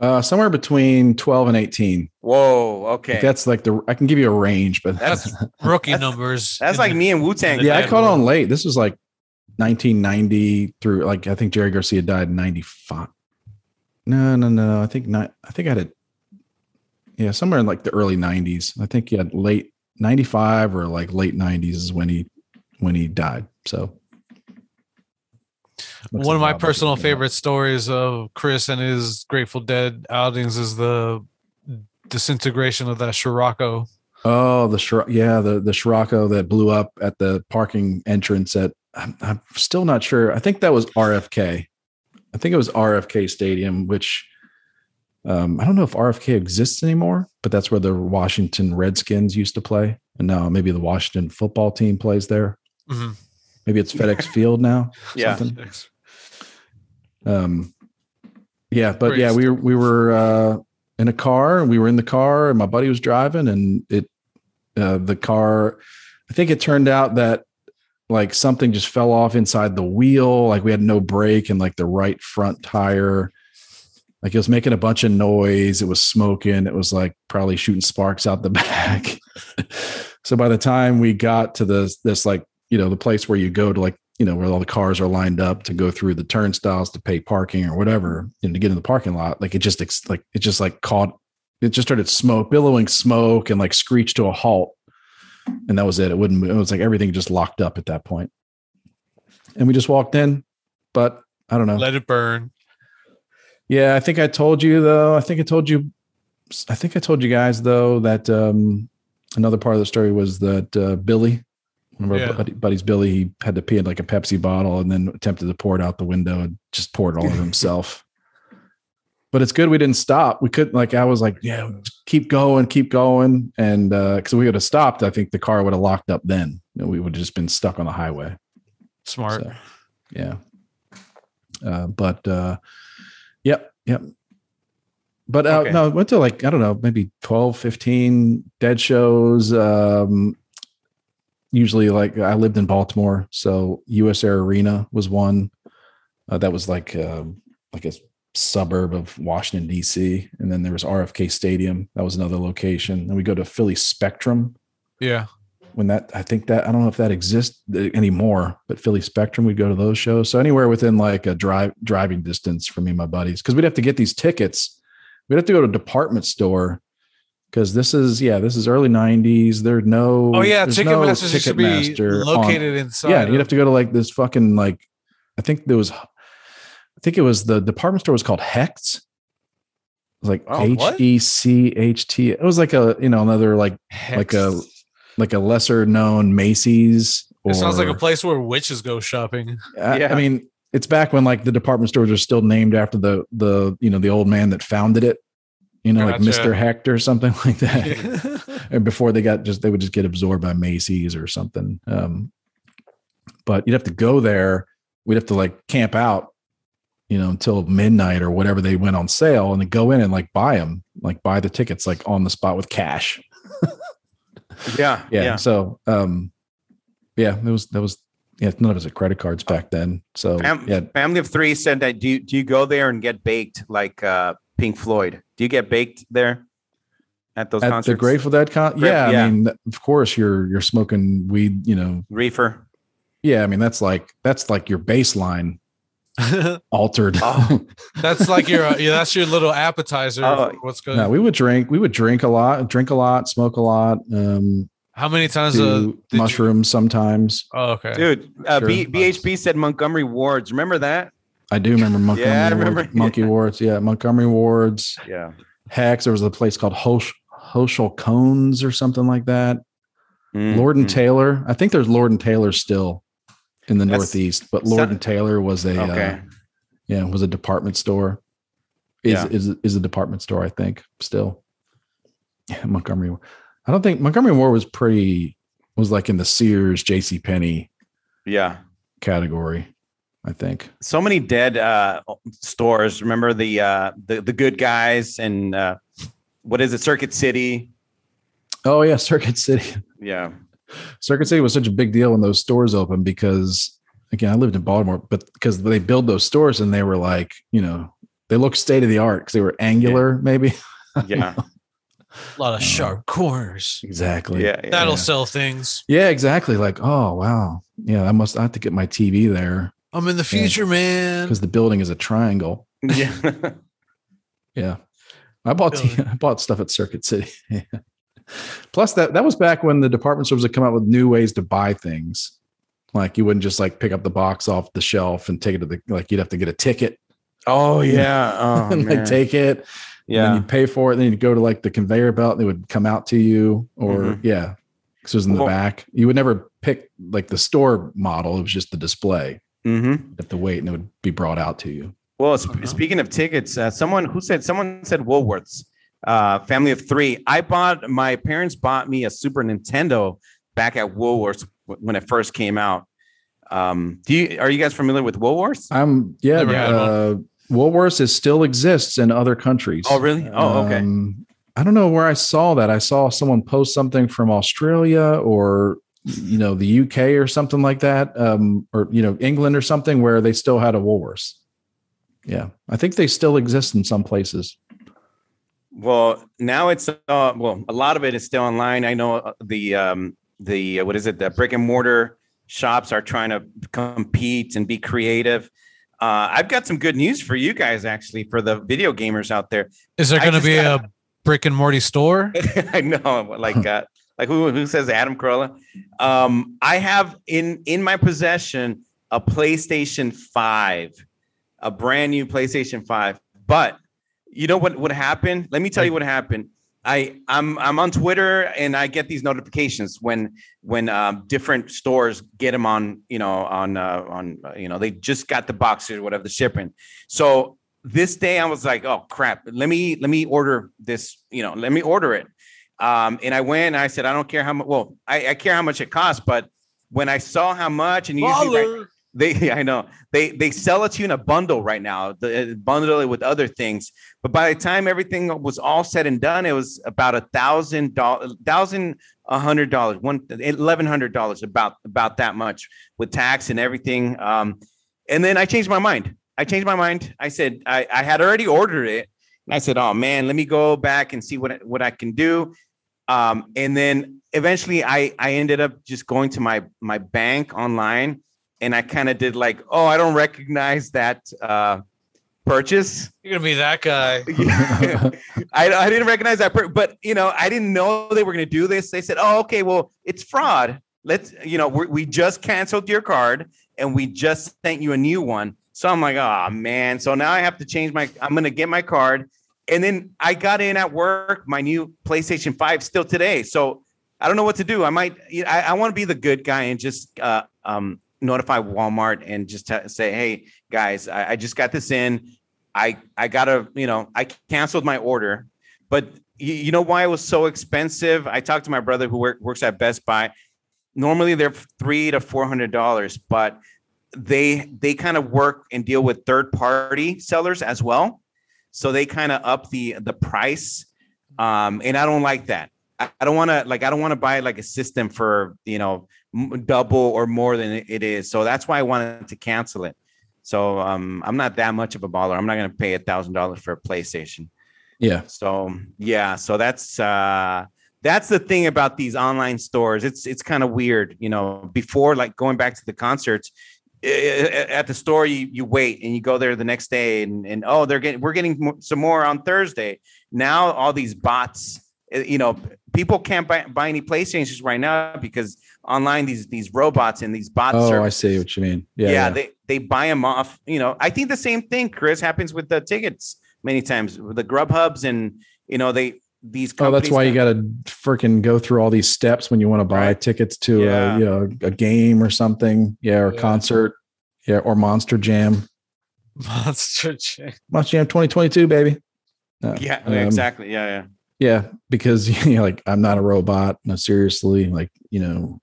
Speaker 2: Uh somewhere between 12 and 18.
Speaker 3: Whoa.
Speaker 2: Like,
Speaker 3: Okay. That's,
Speaker 2: that's like the I can give you a range, but
Speaker 3: That's-
Speaker 4: rookie
Speaker 3: That's-
Speaker 4: numbers. in
Speaker 3: like
Speaker 4: the-
Speaker 3: me and Wu Tang.
Speaker 2: yeah, I
Speaker 4: Dead
Speaker 2: caught
Speaker 4: world.
Speaker 2: on late. This was like 1990 through like I think Jerry Garcia died in 95. No, no, no. I think not I think I had a yeah, somewhere in like the early 90s. I think he had late 95 or like late 90s is when he when he died. So Looks
Speaker 4: One
Speaker 2: like
Speaker 4: of my
Speaker 2: Bob was
Speaker 4: personal
Speaker 2: looking it up.
Speaker 4: favorite stories of Chris and his Grateful Dead outings is the disintegration of that Scirocco.
Speaker 2: Oh, the Shir- yeah, the the Scirocco that blew up at the parking entrance at I'm, I'm still not sure. I think that was RFK. I think it was RFK Stadium, which um, I don't know if RFK exists anymore, but that's where the Washington Redskins used to play, and now maybe the Washington football team plays there.
Speaker 4: Mhm.
Speaker 2: Maybe it's FedEx Field now.
Speaker 3: Yeah.
Speaker 2: something. Um, yeah, but yeah,
Speaker 4: Greatest.
Speaker 2: we were- we were uh, in a car. We were in the car, and my buddy was driving, and it uh, the car. I think it turned out that like something just fell off inside the wheel. Like we had no brake, and like the right front tire. Like it was making a bunch of noise. It was smoking. It was like probably shooting sparks out the back. so by the time we got to this this like you know the place where you go to like you know where all the cars are lined up to go through the turnstiles to pay parking or whatever and to get in the parking lot like it just ex- like it just like caught It just started smoke, billowing smoke, and like screeched to a halt, and that was it. It wouldn't. move. It was like everything just locked up at that point. And we just walked in, but I don't know.
Speaker 4: Let it burn.
Speaker 2: Yeah, I think I told you though. I think I told you. I think I told you guys though that um, another part of the story was that uh, Billy, one of our
Speaker 4: Yeah.
Speaker 2: buddy, buddies, Billy, he had to pee in like a Pepsi bottle and then attempted to pour it out the window and just poured all of himself. But it's good we didn't stop. We couldn't like I was like, yeah, keep going, keep going, and because we would have stopped, I think the car would have locked up then, and we would have just been stuck on the highway.
Speaker 4: Smart.
Speaker 2: So, yeah. Uh, but uh, yep, yep. But uh,
Speaker 3: Okay.
Speaker 2: no, I went to like, I don't know, maybe 12, 15 dead shows. Um, usually, like, I lived in Baltimore. So, US Air Arena was one uh, that was like, um like a suburb of Washington, D.C. And then there was RFK Stadium. That was another location. And we go to Philly Spectrum
Speaker 4: Yeah.
Speaker 2: when that I think that I don't know if that exists uh, anymore, but Philly Spectrum, we'd go to those shows. So anywhere within like a drive driving distance for me and my buddies, because we'd have to get these tickets. We'd have to go to a department store because this is yeah, this is early '90s. There are no
Speaker 4: Oh yeah,
Speaker 2: there's no
Speaker 4: Ticketmaster used to be
Speaker 2: Ticketmaster on-
Speaker 4: located inside.
Speaker 2: yeah, you'd
Speaker 4: of-
Speaker 2: have to go to like this fucking like I think there was I think it was the department store was called Hex. It was like
Speaker 4: Oh, what?
Speaker 2: H E C H T. It was like a you know another like like a-
Speaker 4: Hex.
Speaker 2: like a lesser known Macy's. Or,
Speaker 4: It sounds like a place where witches go shopping.
Speaker 2: I,
Speaker 3: Yeah.
Speaker 2: I mean, it's back when like the department stores are still named after the the you know the old man that founded it. You know, like
Speaker 4: Gotcha.
Speaker 2: Mister Hector or something like that.
Speaker 4: yeah.
Speaker 2: and before they got just they would just get absorbed by Macy's or something. Um, but you'd have to go there. We'd have to like camp out, you know, until midnight or whatever they went on sale, and then go in and like buy them, like buy the tickets like on the spot with cash.
Speaker 3: Yeah.
Speaker 2: yeah, so um yeah that was that was yeah none of us had credit cards back then so
Speaker 3: Oh. Fam-
Speaker 2: yeah
Speaker 3: Family of three said that. Do you, do you go there and get baked like uh, Pink Floyd? Do you get baked there at those
Speaker 2: at
Speaker 3: concerts?
Speaker 2: the grateful dead con
Speaker 3: Gra-
Speaker 2: yeah,
Speaker 3: yeah.
Speaker 2: i mean of course you're you're smoking weed you know
Speaker 3: reefer.
Speaker 2: yeah i mean that's like that's like your baseline altered
Speaker 3: Oh.
Speaker 4: that's like your uh, yeah, that's your little appetizer.
Speaker 3: Oh.
Speaker 4: for what's good?
Speaker 2: no we would drink we would drink a lot drink a lot smoke a lot um
Speaker 4: How many times? Uh,
Speaker 2: do
Speaker 4: did you-
Speaker 2: mushrooms sometimes
Speaker 4: oh, okay.
Speaker 3: Dude, uh, B-
Speaker 2: Sure.
Speaker 3: BHB said Montgomery Wards. Remember that?
Speaker 2: i do remember montgomery
Speaker 3: I
Speaker 2: Ward-
Speaker 3: remember-
Speaker 2: monkey wards yeah montgomery wards
Speaker 3: Yeah.
Speaker 2: hex there was a place called hosh hoshel cones or something like that Mm,
Speaker 3: Mm-hmm.
Speaker 2: Lord and Taylor. I think there's Lord and Taylor still in the
Speaker 3: That's-
Speaker 2: Northeast, but Lord
Speaker 3: so-
Speaker 2: and Taylor was a uh,
Speaker 3: Okay.
Speaker 2: yeah was a department store. Is
Speaker 3: Yeah.
Speaker 2: is is a department store? I think still. Yeah, Montgomery. Ward. I don't think Montgomery Ward was pretty was like in the Sears, J.C. Penney
Speaker 3: Yeah.
Speaker 2: category. I think.
Speaker 3: So many dead uh, stores. Remember the uh, the the good guys and uh, what is it? Circuit City.
Speaker 2: Oh yeah, Circuit City.
Speaker 3: Yeah.
Speaker 2: Circuit City was such a big deal when those stores opened because again, I lived in Baltimore, but because they build those stores and they were like, you know, they look state of the art because they were angular, maybe.
Speaker 3: Yeah.
Speaker 4: A lot of sharp corners.
Speaker 2: Exactly.
Speaker 3: yeah. yeah.
Speaker 4: That'll
Speaker 2: Yeah.
Speaker 4: sell things.
Speaker 2: Yeah, exactly. Like, oh wow. Yeah, I must I have to get my TV there
Speaker 4: I'm in the future, man.
Speaker 2: because the building is a triangle.
Speaker 3: yeah.
Speaker 2: Yeah. I bought
Speaker 4: Building.
Speaker 2: I bought stuff at Circuit City. Yeah. Plus that that was back when the department stores would come out with new ways to buy things. Like you wouldn't just like pick up the box off the shelf and take it to the like you'd have to get a ticket
Speaker 3: oh yeah. Oh,
Speaker 2: and
Speaker 3: man.
Speaker 2: like take it. And
Speaker 3: yeah.
Speaker 2: then you pay for it. Then you'd go to like the conveyor belt and they would come out to you or
Speaker 3: Mhm.
Speaker 2: yeah. Because it was in the
Speaker 3: Well-
Speaker 2: back. You would never pick like the store model. It was just the display.
Speaker 3: Mm-hmm.
Speaker 2: at the wait and it would be brought out to you.
Speaker 3: Well, sp-
Speaker 4: Uh-huh.
Speaker 3: speaking of tickets, uh, someone who said someone said Woolworths, uh, family of three. I bought my parents bought me a Super Nintendo back at Woolworths w- when it first came out. Um, do you are you guys familiar with Woolworths?
Speaker 2: I'm yeah.
Speaker 4: Never had
Speaker 2: Uh, Woolworths is still exists in other countries.
Speaker 3: Oh, really? Oh, okay.
Speaker 2: Um, I don't know where I saw that. I saw someone post something from Australia or you know the UK or something like that, um, or you know England or something where they still had a Woolworths. Yeah, I think they still exist in some places.
Speaker 3: Well, now it's uh, well, a lot of it is still online. I know uh, the um, the uh, what is it? The brick and mortar shops are trying to compete and be creative. Uh, I've got some good news for you guys, actually, for the video gamers out there.
Speaker 4: Is there
Speaker 3: I
Speaker 4: going to
Speaker 3: just
Speaker 4: be
Speaker 3: got-
Speaker 4: a brick and morty store.
Speaker 3: I know, like uh, like who who says Adam Carolla? Um, I have in in my possession a PlayStation Five, a brand new PlayStation Five. But you know what what happened? Let me tell you what happened. I I'm I'm on Twitter and I get these notifications when when um, different stores get them on you know on uh, on uh, you know they just got the boxes or whatever the shipping. So this day I was like, oh crap, let me let me order this, you know, let me order it. Um, and I went and I said, I don't care how much. Well, I, I care how much it costs, but when I saw how much, and usually right-
Speaker 4: Baller.
Speaker 3: they, I know they they sell it to you in a bundle right now. The, uh, bundle it with other things, but by the time everything was all said and done, it was about a thousand dollars, thousand a hundred dollars, one eleven hundred dollars, about about that much with tax and everything. Um, and then I changed my mind. I changed my mind. I said I, I had already ordered it, and I said, "Oh man, let me go back and see what what I can do." Um, and then eventually, I I ended up just going to my my bank online, and I kind of did like, "Oh, I don't recognize that uh, purchase."
Speaker 4: You're gonna be that guy.
Speaker 3: I, I didn't recognize that, per- but you know, I didn't know they were going to do this. They said, "Oh, okay, well, it's fraud. Let's, you know, we we just canceled your card and we just sent you a new one." So I'm like, "Oh man!" So now I have to change my. I'm going to get my card, and then I got in at work my new PlayStation Five still today. So I don't know what to do. I might. I, I want to be the good guy and just uh, um, notify Walmart and just t- say, "Hey guys, I, I just got this in." I I gotta you know I canceled my order, but you, you know why it was so expensive? I talked to my brother who work, works at Best Buy. Normally they're three to four hundred dollars, but they they kind of work and deal with third party sellers as well, so they kind of up the the price, um, and I don't like that. I, I don't want to like I don't want to buy like a system for you know m- double or more than it- it is. So that's why I wanted to cancel it. So um, I'm not that much of a baller. I'm not going to pay a thousand dollars for a PlayStation.
Speaker 2: Yeah.
Speaker 3: So yeah, so that's uh, that's the thing about these online stores. It's it's kind of weird, you know. Before like going back to the concerts, i- i- at the store you you wait and you go there the next day and and oh they're getting we're getting mo- some more on Thursday. Now all these bots, eh, you know, people can't buy, buy any PlayStations right now because online these these robots and these bots.
Speaker 2: Oh,
Speaker 3: are,
Speaker 2: I see what you mean.
Speaker 3: yeah,
Speaker 2: Yeah. yeah.
Speaker 3: they they buy them off. You know, I think the same thing, Chris, happens with the tickets many times. With the Grubhubs and you know they these.
Speaker 2: Oh, that's
Speaker 3: companies
Speaker 2: why
Speaker 3: that-
Speaker 2: you got to freaking go through all these steps when you want to buy
Speaker 3: Right.
Speaker 2: tickets to
Speaker 3: Yeah.
Speaker 2: a, you know, a game or something. Yeah, or a
Speaker 4: Yeah.
Speaker 2: concert. Yeah, or Monster Jam.
Speaker 4: Monster chick.
Speaker 2: Monster Jam 2022, baby. No,
Speaker 3: Yeah,
Speaker 2: um,
Speaker 3: exactly. Yeah, yeah.
Speaker 2: Yeah, because you know, like I'm not a robot. No, seriously, like you know,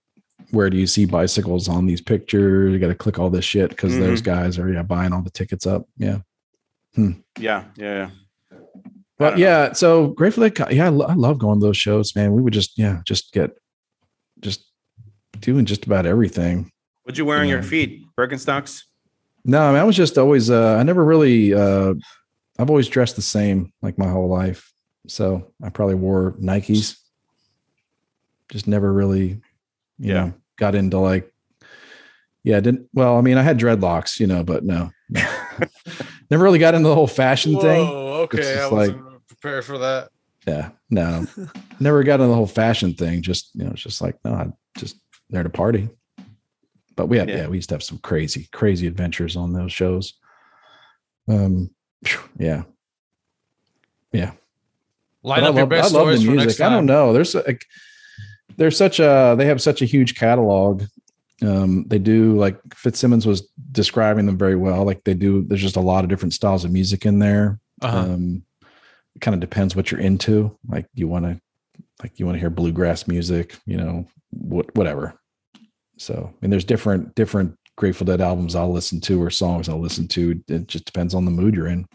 Speaker 2: where do you see bicycles on these pictures? You got to click all this shit because
Speaker 3: Mhm.
Speaker 2: those guys are yeah buying all the tickets up. Yeah,
Speaker 3: Yeah, yeah, yeah. I
Speaker 2: but
Speaker 3: don't know.
Speaker 2: yeah. So Grateful Dead, co- yeah, I, lo- I love going to those shows, man. We would just yeah, just get just doing just about everything.
Speaker 3: What'd you wear on your
Speaker 2: Yeah.
Speaker 3: feet? Birkenstocks.
Speaker 2: No, I, mean, I was just always uh, I never really uh, I've always dressed the same like my whole life. So I probably wore Nikes. Just never really, you
Speaker 3: Yeah.
Speaker 2: know, got into like yeah, didn't well, I mean, I had dreadlocks, you know, but no. no. never really got into the whole fashion thing.
Speaker 4: Whoa,
Speaker 2: It's
Speaker 4: okay. I
Speaker 2: just
Speaker 4: wasn't prepared for that.
Speaker 2: Yeah, no. never got into the whole fashion thing. Just, you know, it's just like, no, I'm just there to party. But we had,
Speaker 3: Yeah.
Speaker 2: yeah, we used to have some crazy, crazy adventures on those shows. Um, phew, yeah.
Speaker 4: Line
Speaker 2: But
Speaker 4: up your best stories for next time.
Speaker 2: I don't know. There's like there's such a they have such a huge catalog. Um, they do like Fitzsimmons was describing them very well. Like they do, there's just a lot of different styles of music in there.
Speaker 4: Uh-huh.
Speaker 2: Um, it kind of depends what you're into. Like you want to, like you want to hear bluegrass music, you know, what whatever. So, and there's different different Grateful Dead albums I'll listen to or songs I'll listen to. It just depends on the mood you're in,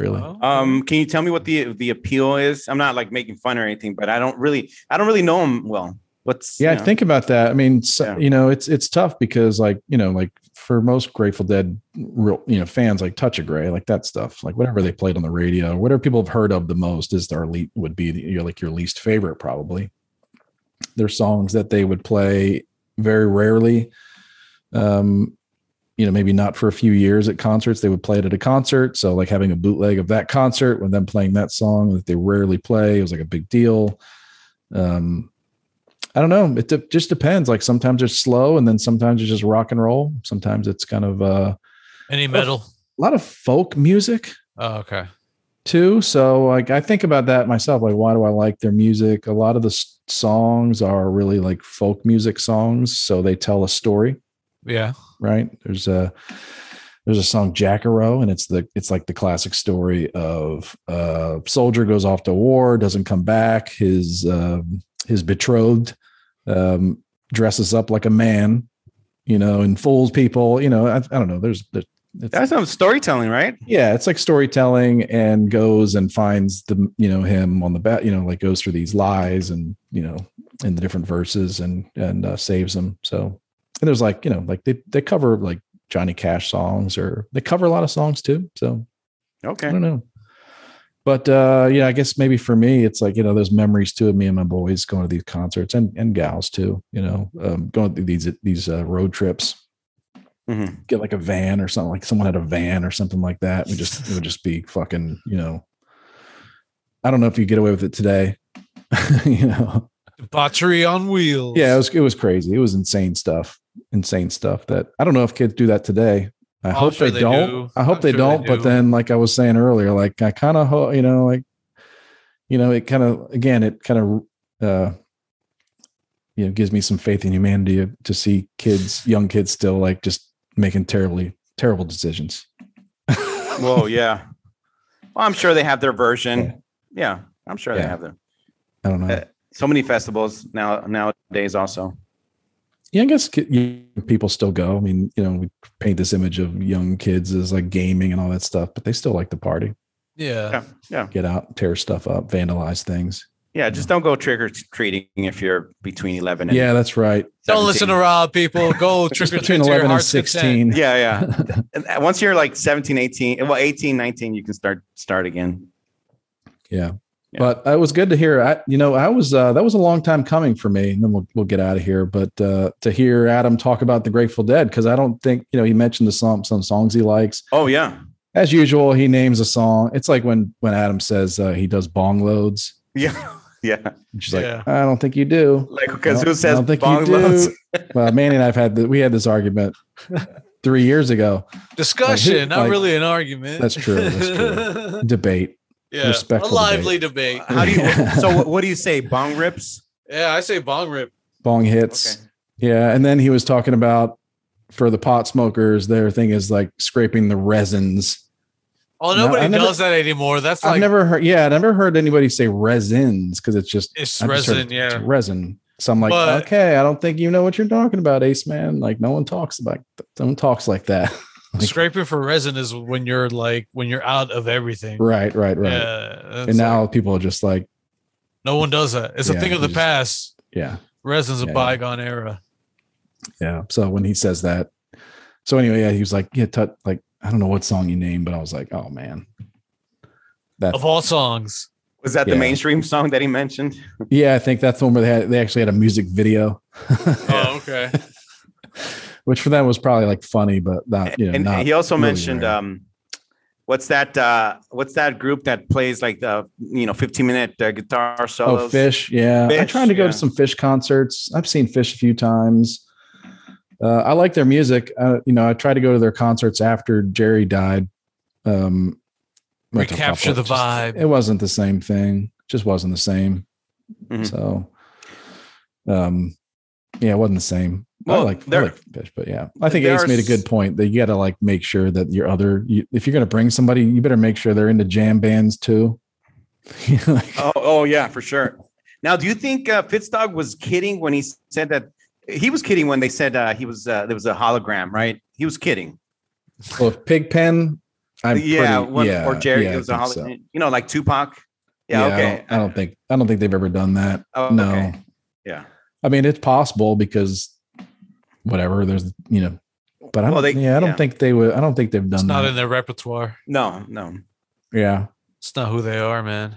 Speaker 2: really.
Speaker 4: Uh-huh.
Speaker 3: Um, can you tell me what the the appeal is? I'm not like making fun or anything, but I don't really, I don't really know them well. What's
Speaker 2: yeah,
Speaker 3: you know,
Speaker 2: think about that. I mean, so,
Speaker 3: Yeah.
Speaker 2: you know, it's it's tough because like you know, like for most Grateful Dead, real you know fans like Touch of Grey, like that stuff, like whatever they played on the radio, whatever people have heard of the most is their least would be the, you know, like your least favorite probably. There's songs that they would play very rarely, um, you know, maybe not for a few years at concerts. They would play it at a concert. So, like having a bootleg of that concert with them playing that song that they rarely play, it was like a big deal. Um, I don't know. It de- just depends. Like sometimes it's slow, and then sometimes it's just rock and roll. Sometimes it's kind of uh,
Speaker 4: Any metal?
Speaker 2: a lot of folk music
Speaker 4: Oh, okay.
Speaker 2: too. So like I think about that myself. Like why do I like their music? A lot of the s- songs are really like folk music songs, so they tell a story,
Speaker 4: Yeah.
Speaker 2: right? There's a there's a song Jackarow, and it's the it's like the classic story of uh, soldier goes off to war, doesn't come back. His um, his betrothed um, dresses up like a man, you know, and fools people. You know, I, I don't know. There's, there's it's,
Speaker 3: That's some storytelling, right?
Speaker 2: yeah it's like storytelling and goes and finds the you know him on the bat you know like goes through these lies and you know in the different verses and and uh, saves them so and there's like you know like they they cover like johnny cash songs or they cover a lot of songs too so i
Speaker 3: Okay.
Speaker 2: don't know but uh yeah i guess maybe for me it's like you know those memories too of me and my boys going to these concerts and and gals too you know um going through these these uh, road trips
Speaker 3: Mhm.
Speaker 2: get like a van or something like someone had a van or something like that we just it would just be fucking you know i don't know if you get away with it today you know
Speaker 4: Debauchery on wheels.
Speaker 2: yeah it was it was crazy it was insane stuff insane stuff that i don't know if kids do that today i
Speaker 4: Oh, I'm
Speaker 2: hope
Speaker 4: sure
Speaker 2: they,
Speaker 4: they
Speaker 2: don't
Speaker 4: do.
Speaker 2: i hope
Speaker 4: I'm
Speaker 2: they
Speaker 4: sure they
Speaker 2: don't but
Speaker 4: do.
Speaker 2: then like i was saying earlier like i kind of ho- you know like you know it kind of again it kind of uh you know gives me some faith in humanity to see kids young kids still like just making terribly terrible decisions
Speaker 3: Whoa, yeah. Well, I'm sure they have their version. Yeah, I'm sure they
Speaker 2: Yeah.
Speaker 3: have them.
Speaker 2: I don't know.
Speaker 3: Uh, So many festivals now nowadays also.
Speaker 2: Yeah, I guess ki- young people still go. I mean, you know, we paint this image of young kids as like gaming and all that stuff, but they still like to party,
Speaker 4: Yeah.
Speaker 3: Yeah. Yeah.
Speaker 2: get out, tear stuff up, vandalize things.
Speaker 3: Yeah. Just don't go trick or treating if you're between 11 and
Speaker 2: Yeah, that's right.
Speaker 4: Don't listen to
Speaker 3: 17.
Speaker 4: Rob, people. Go trick or treat
Speaker 2: between
Speaker 4: to your
Speaker 2: 11 and
Speaker 4: heart's content.
Speaker 2: 16.
Speaker 3: Yeah. Yeah. And that- once you're like 17, 18, well, 18, 19, you can start, start again. Yeah.
Speaker 2: But it was good to hear. I, you know, I was uh, that was a long time coming for me. And then we'll we'll get out of here. But uh, to hear Adam talk about the Grateful Dead, because I don't think you know he mentioned the song, some songs he likes.
Speaker 3: Oh, yeah.
Speaker 2: As usual, he names a song. It's like when when Adam says uh, he does bong loads.
Speaker 3: Yeah. Yeah.
Speaker 2: And she's like,
Speaker 4: Yeah.
Speaker 2: I don't think you do.
Speaker 3: Like, because
Speaker 2: don't-
Speaker 3: who says
Speaker 2: don't think you
Speaker 3: bong
Speaker 2: do.
Speaker 3: loads?
Speaker 2: well, Manny and I've had the, we had this argument three years ago.
Speaker 4: Discussion, not
Speaker 2: like-
Speaker 4: really an argument.
Speaker 2: That's true, that's true. Debate.
Speaker 4: yeah.
Speaker 2: Respectful
Speaker 4: a lively debate.
Speaker 3: How do you, so what, what do you say? Bong rips?
Speaker 4: Yeah, I say bong rip.
Speaker 2: Bong hits.
Speaker 3: Okay.
Speaker 2: Yeah. And then he was talking about for the pot smokers, their thing is like scraping the resins.
Speaker 4: Oh,
Speaker 2: No,
Speaker 4: nobody
Speaker 2: I never-
Speaker 4: does that anymore. That's like
Speaker 2: I've never heard yeah, I never heard anybody say resins because it's just
Speaker 4: it's
Speaker 2: I've just heard
Speaker 4: resin.
Speaker 2: it's
Speaker 4: Yeah.
Speaker 2: resin. So I'm like,
Speaker 4: But-
Speaker 2: okay, I don't think you know what you're talking about, Ace Man. Like no one talks about no one talks like that. Like-
Speaker 4: Scraping for resin is when you're like when you're out of everything.
Speaker 2: right, right, right.
Speaker 4: Yeah. that's
Speaker 2: and now
Speaker 4: like-
Speaker 2: people are just like,
Speaker 4: no one does that. It's
Speaker 2: Yeah,
Speaker 4: a thing of the
Speaker 2: you just-
Speaker 4: past.
Speaker 2: yeah.
Speaker 4: Resin's a
Speaker 2: Yeah.
Speaker 4: bygone era.
Speaker 2: Yeah. So when he says that, so anyway, yeah, he was like, yeah, Tut, like I don't know what song you named, but I was like, oh man, that
Speaker 4: Of all songs.
Speaker 3: Was that
Speaker 2: Yeah.
Speaker 3: the mainstream song that he mentioned?
Speaker 2: yeah, I think that's the one where they had, they actually had a music video,
Speaker 4: Oh, okay.
Speaker 2: which for them was probably like funny, but not you know
Speaker 3: and
Speaker 2: Uh, not
Speaker 3: he also
Speaker 2: really
Speaker 3: mentioned
Speaker 2: rare.
Speaker 3: um what's that uh what's that group that plays like the you know 15 minute uh, guitar solos
Speaker 2: oh fish, yeah. I
Speaker 3: Fish,
Speaker 2: tried to go
Speaker 3: yeah.
Speaker 2: to some fish concerts. I've seen fish a few times. Uh, I like their music. Uh, you know, I tried to go to their concerts after Jerry died. Um, like a
Speaker 4: Recapture the
Speaker 2: couple- just-
Speaker 4: vibe.
Speaker 2: it wasn't the same thing. Just wasn't the same.
Speaker 3: Mhm.
Speaker 2: So, um, yeah, it wasn't the same. I
Speaker 3: Well,
Speaker 2: like, I
Speaker 3: there-
Speaker 2: like fish, but yeah, I think
Speaker 3: there
Speaker 2: Ace
Speaker 3: are
Speaker 2: made a
Speaker 3: s-
Speaker 2: good point that you got to like make sure that your other, you, if you're going to bring somebody, you better make sure they're into jam bands too. Like,
Speaker 3: oh oh yeah for sure now do you think uh, Fitzdog was kidding when he said that he was kidding when they said uh, he was uh, there was a hologram right he was kidding
Speaker 2: well, if Pigpen, I'm
Speaker 3: yeah,
Speaker 2: pretty-
Speaker 3: when-
Speaker 2: yeah,
Speaker 3: or jerry
Speaker 2: yeah,
Speaker 3: it
Speaker 2: I
Speaker 3: was a
Speaker 2: think
Speaker 3: hologram
Speaker 2: so.
Speaker 3: you know like tupac yeah,
Speaker 2: I
Speaker 3: okay
Speaker 2: don't- I don't, think I don't think they've ever done that.
Speaker 3: Oh,
Speaker 2: no,
Speaker 3: okay. yeah
Speaker 2: I mean it's possible because whatever there's you know, but I don't.
Speaker 3: Well, they-
Speaker 2: yeah, I don't
Speaker 3: yeah.
Speaker 2: think they would. I don't think they've done
Speaker 4: It's not
Speaker 2: that.
Speaker 4: in their repertoire.
Speaker 3: no no
Speaker 2: yeah,
Speaker 4: It's not who they are, man.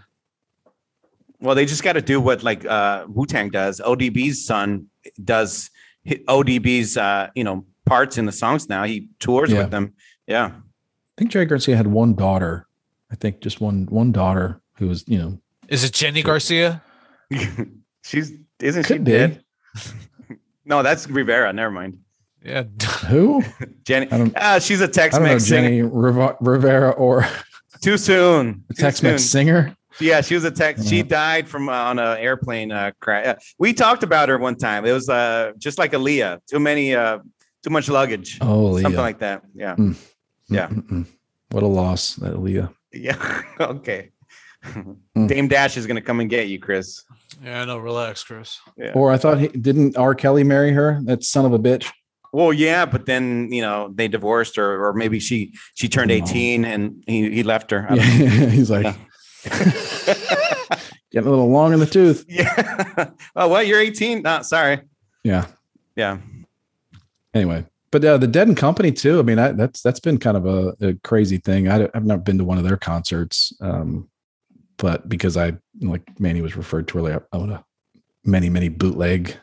Speaker 3: Well, they just got to do what like uh, Wu Tang does. ODB's son does hi- ODB's uh, you know parts in the songs now. He tours
Speaker 2: Yeah.
Speaker 3: with them. Yeah.
Speaker 2: think Jerry Garcia had one daughter. I think just one one daughter who was, you know,
Speaker 4: Is it Jenny Garcia?
Speaker 3: She's isn't she
Speaker 2: could be.
Speaker 3: dead? No, that's Rivera. Never mind.
Speaker 4: Yeah.
Speaker 2: Who?
Speaker 3: Jenny.
Speaker 2: I don't
Speaker 3: Ah, she's a
Speaker 2: I don't know,
Speaker 3: Tex-Mex singer.
Speaker 2: Jenny Riva- Rivera or
Speaker 3: Too soon.
Speaker 2: a
Speaker 3: Too
Speaker 2: Tex Mex
Speaker 3: soon.
Speaker 2: singer.
Speaker 3: Yeah, she was a tech.
Speaker 2: Yeah.
Speaker 3: She died from uh, on an airplane uh, crash. Uh, we talked about her one time. It was uh, just like Aaliyah. Too many, uh, too much luggage.
Speaker 2: Oh, Leah.
Speaker 3: Something like that. Yeah. yeah.
Speaker 2: What a loss that Leah.
Speaker 3: Yeah. okay.
Speaker 2: Mm.
Speaker 3: Dame Dash is gonna come and get you, Chris.
Speaker 4: Yeah, I know. Relax, Chris.
Speaker 2: Or I thought he didn't R. Kelly marry her? That son of a bitch.
Speaker 3: Well, yeah, but then you know they divorced, or or maybe she she turned
Speaker 2: No.
Speaker 3: eighteen and he he left her. I
Speaker 2: Yeah.
Speaker 3: don't-
Speaker 2: He's like getting a little long in the tooth.
Speaker 3: yeah. oh well, you're eighteen. No, sorry.
Speaker 2: Yeah.
Speaker 3: Yeah.
Speaker 2: Anyway. But uh, the Dead and Company too. I mean, I, that's that's been kind of a, a crazy thing. I, have not been to one of their concerts, um, but because I like Manny was referred to earlier, I went to many many bootleg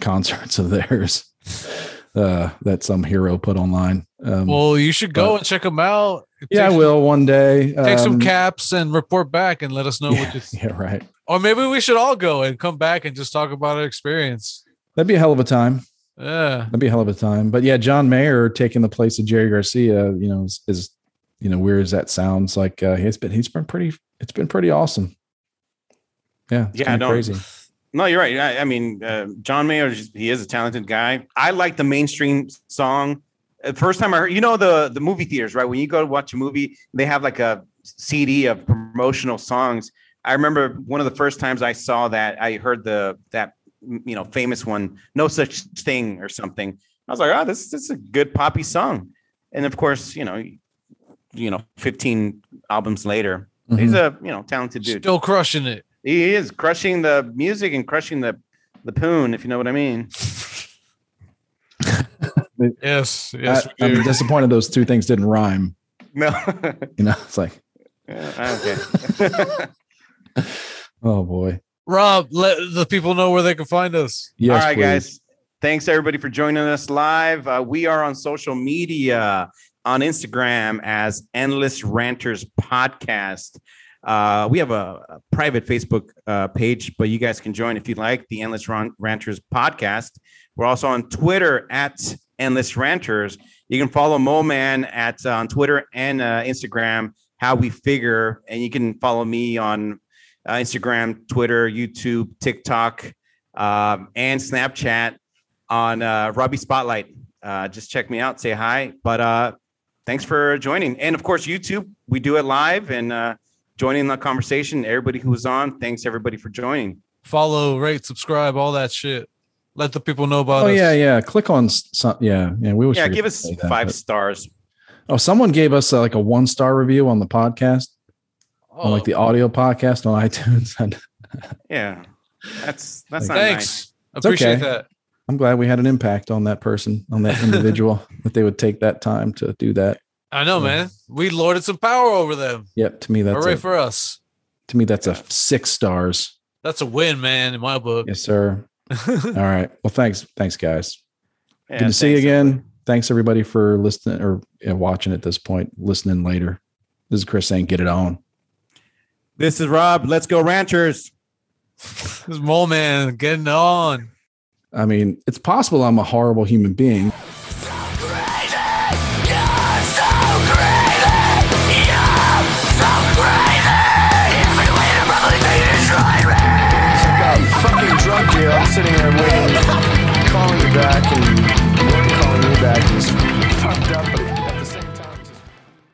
Speaker 2: concerts of theirs uh, that some hero put online. Um,
Speaker 4: Well, you should go
Speaker 2: but-
Speaker 4: and check them out.
Speaker 2: yeah, I
Speaker 4: Take-
Speaker 2: will one day.
Speaker 4: Take some
Speaker 2: Um,
Speaker 4: caps and report back and let us know
Speaker 2: Yeah,
Speaker 4: what you think.
Speaker 2: yeah, right.
Speaker 4: Or maybe we should all go and come back and just talk about our experience.
Speaker 2: That'd be a hell of a time.
Speaker 4: Yeah.
Speaker 2: That'd be a hell of a time. But yeah, John Mayer taking the place of Jerry Garcia, you know, is, is you know, weird as that sounds, like uh, he's been he's been pretty it's been pretty awesome. Yeah, it's
Speaker 3: Yeah, I
Speaker 2: kinda
Speaker 3: don't-
Speaker 2: crazy.
Speaker 3: No, you're right. I, I mean, uh, John Mayer, is- he is a talented guy. I like the mainstream song. Uh, First time I heard, you know, the the movie theaters, right? When you go to watch a movie, they have like a CD of promotional songs. I remember one of the first times I saw that, I heard the that m- you know famous one, "No Such Thing" or something. I was like, oh, this this is a good poppy song. And of course, you know, you know, 15 albums later,
Speaker 2: Mm-hmm.
Speaker 3: he's a you know talented dude
Speaker 4: Still crushing it.
Speaker 3: he is crushing the music and crushing the the poon, if you know what I mean.
Speaker 4: Yes.
Speaker 2: I,
Speaker 4: Yes. we
Speaker 2: I'm
Speaker 4: do.
Speaker 2: disappointed those two things didn't rhyme.
Speaker 3: No,
Speaker 2: You know, it's like,
Speaker 3: Yeah, okay.
Speaker 2: oh boy.
Speaker 4: Rob, let the people know where they can find us.
Speaker 2: Yes,
Speaker 3: All right,
Speaker 2: please.
Speaker 3: guys. Thanks everybody for joining us live. Uh, we are on social media on Instagram as Endless Ranters Podcast. Uh, we have a, a private Facebook uh, page, but you guys can join if you like the Endless Ran- Ranters Podcast. We're also on Twitter at Endless Ranters. You can follow Mo Man at uh, on Twitter and uh, Instagram. How we figure, and you can follow me on uh, Instagram, Twitter, YouTube, TikTok um, and Snapchat on uh, Robbie Spotlight. Uh, just check me out, say hi. But uh, thanks for joining, and of course YouTube. We do it live and uh, joining the conversation. Everybody who was on, thanks everybody for joining.
Speaker 4: Follow, rate, subscribe, all that shit. Let the people know about
Speaker 2: Oh
Speaker 4: us.
Speaker 2: yeah, yeah. Click on s- some. Yeah, yeah. We always
Speaker 3: Yeah,
Speaker 2: forget
Speaker 3: give
Speaker 2: to
Speaker 3: us
Speaker 2: say that,
Speaker 3: five
Speaker 2: but-
Speaker 3: stars.
Speaker 2: Oh, someone gave us uh, like a one star review on the podcast,
Speaker 4: Oh,
Speaker 2: on like the audio podcast on iTunes.
Speaker 3: Yeah, that's that's not nice.
Speaker 4: thanks. Appreciate
Speaker 2: okay.
Speaker 4: that.
Speaker 2: I'm glad we had an impact on that person, on that individual, that they would take that time to do that.
Speaker 4: I know,
Speaker 2: Yeah.
Speaker 4: man. We lorded some power over them.
Speaker 2: Yep, to me that's
Speaker 4: Hooray
Speaker 2: a,
Speaker 4: for us.
Speaker 2: to me that's a six stars.
Speaker 4: That's a win, man, in my book.
Speaker 2: Yes, sir. All right. Well, thanks, thanks, guys.
Speaker 3: Hmm. Yeah,
Speaker 2: Good to see you
Speaker 3: thanks,
Speaker 2: again.
Speaker 3: everybody.
Speaker 2: Thanks everybody for listening or uh, watching at this point. Listening later. This is Chris saying, "Get it on."
Speaker 3: This is Rob. Let's go, Ranchers.
Speaker 4: this mole man getting on.
Speaker 2: I mean, it's possible I'm a horrible human being.
Speaker 5: Fucking drug deal. I'm sitting here waiting.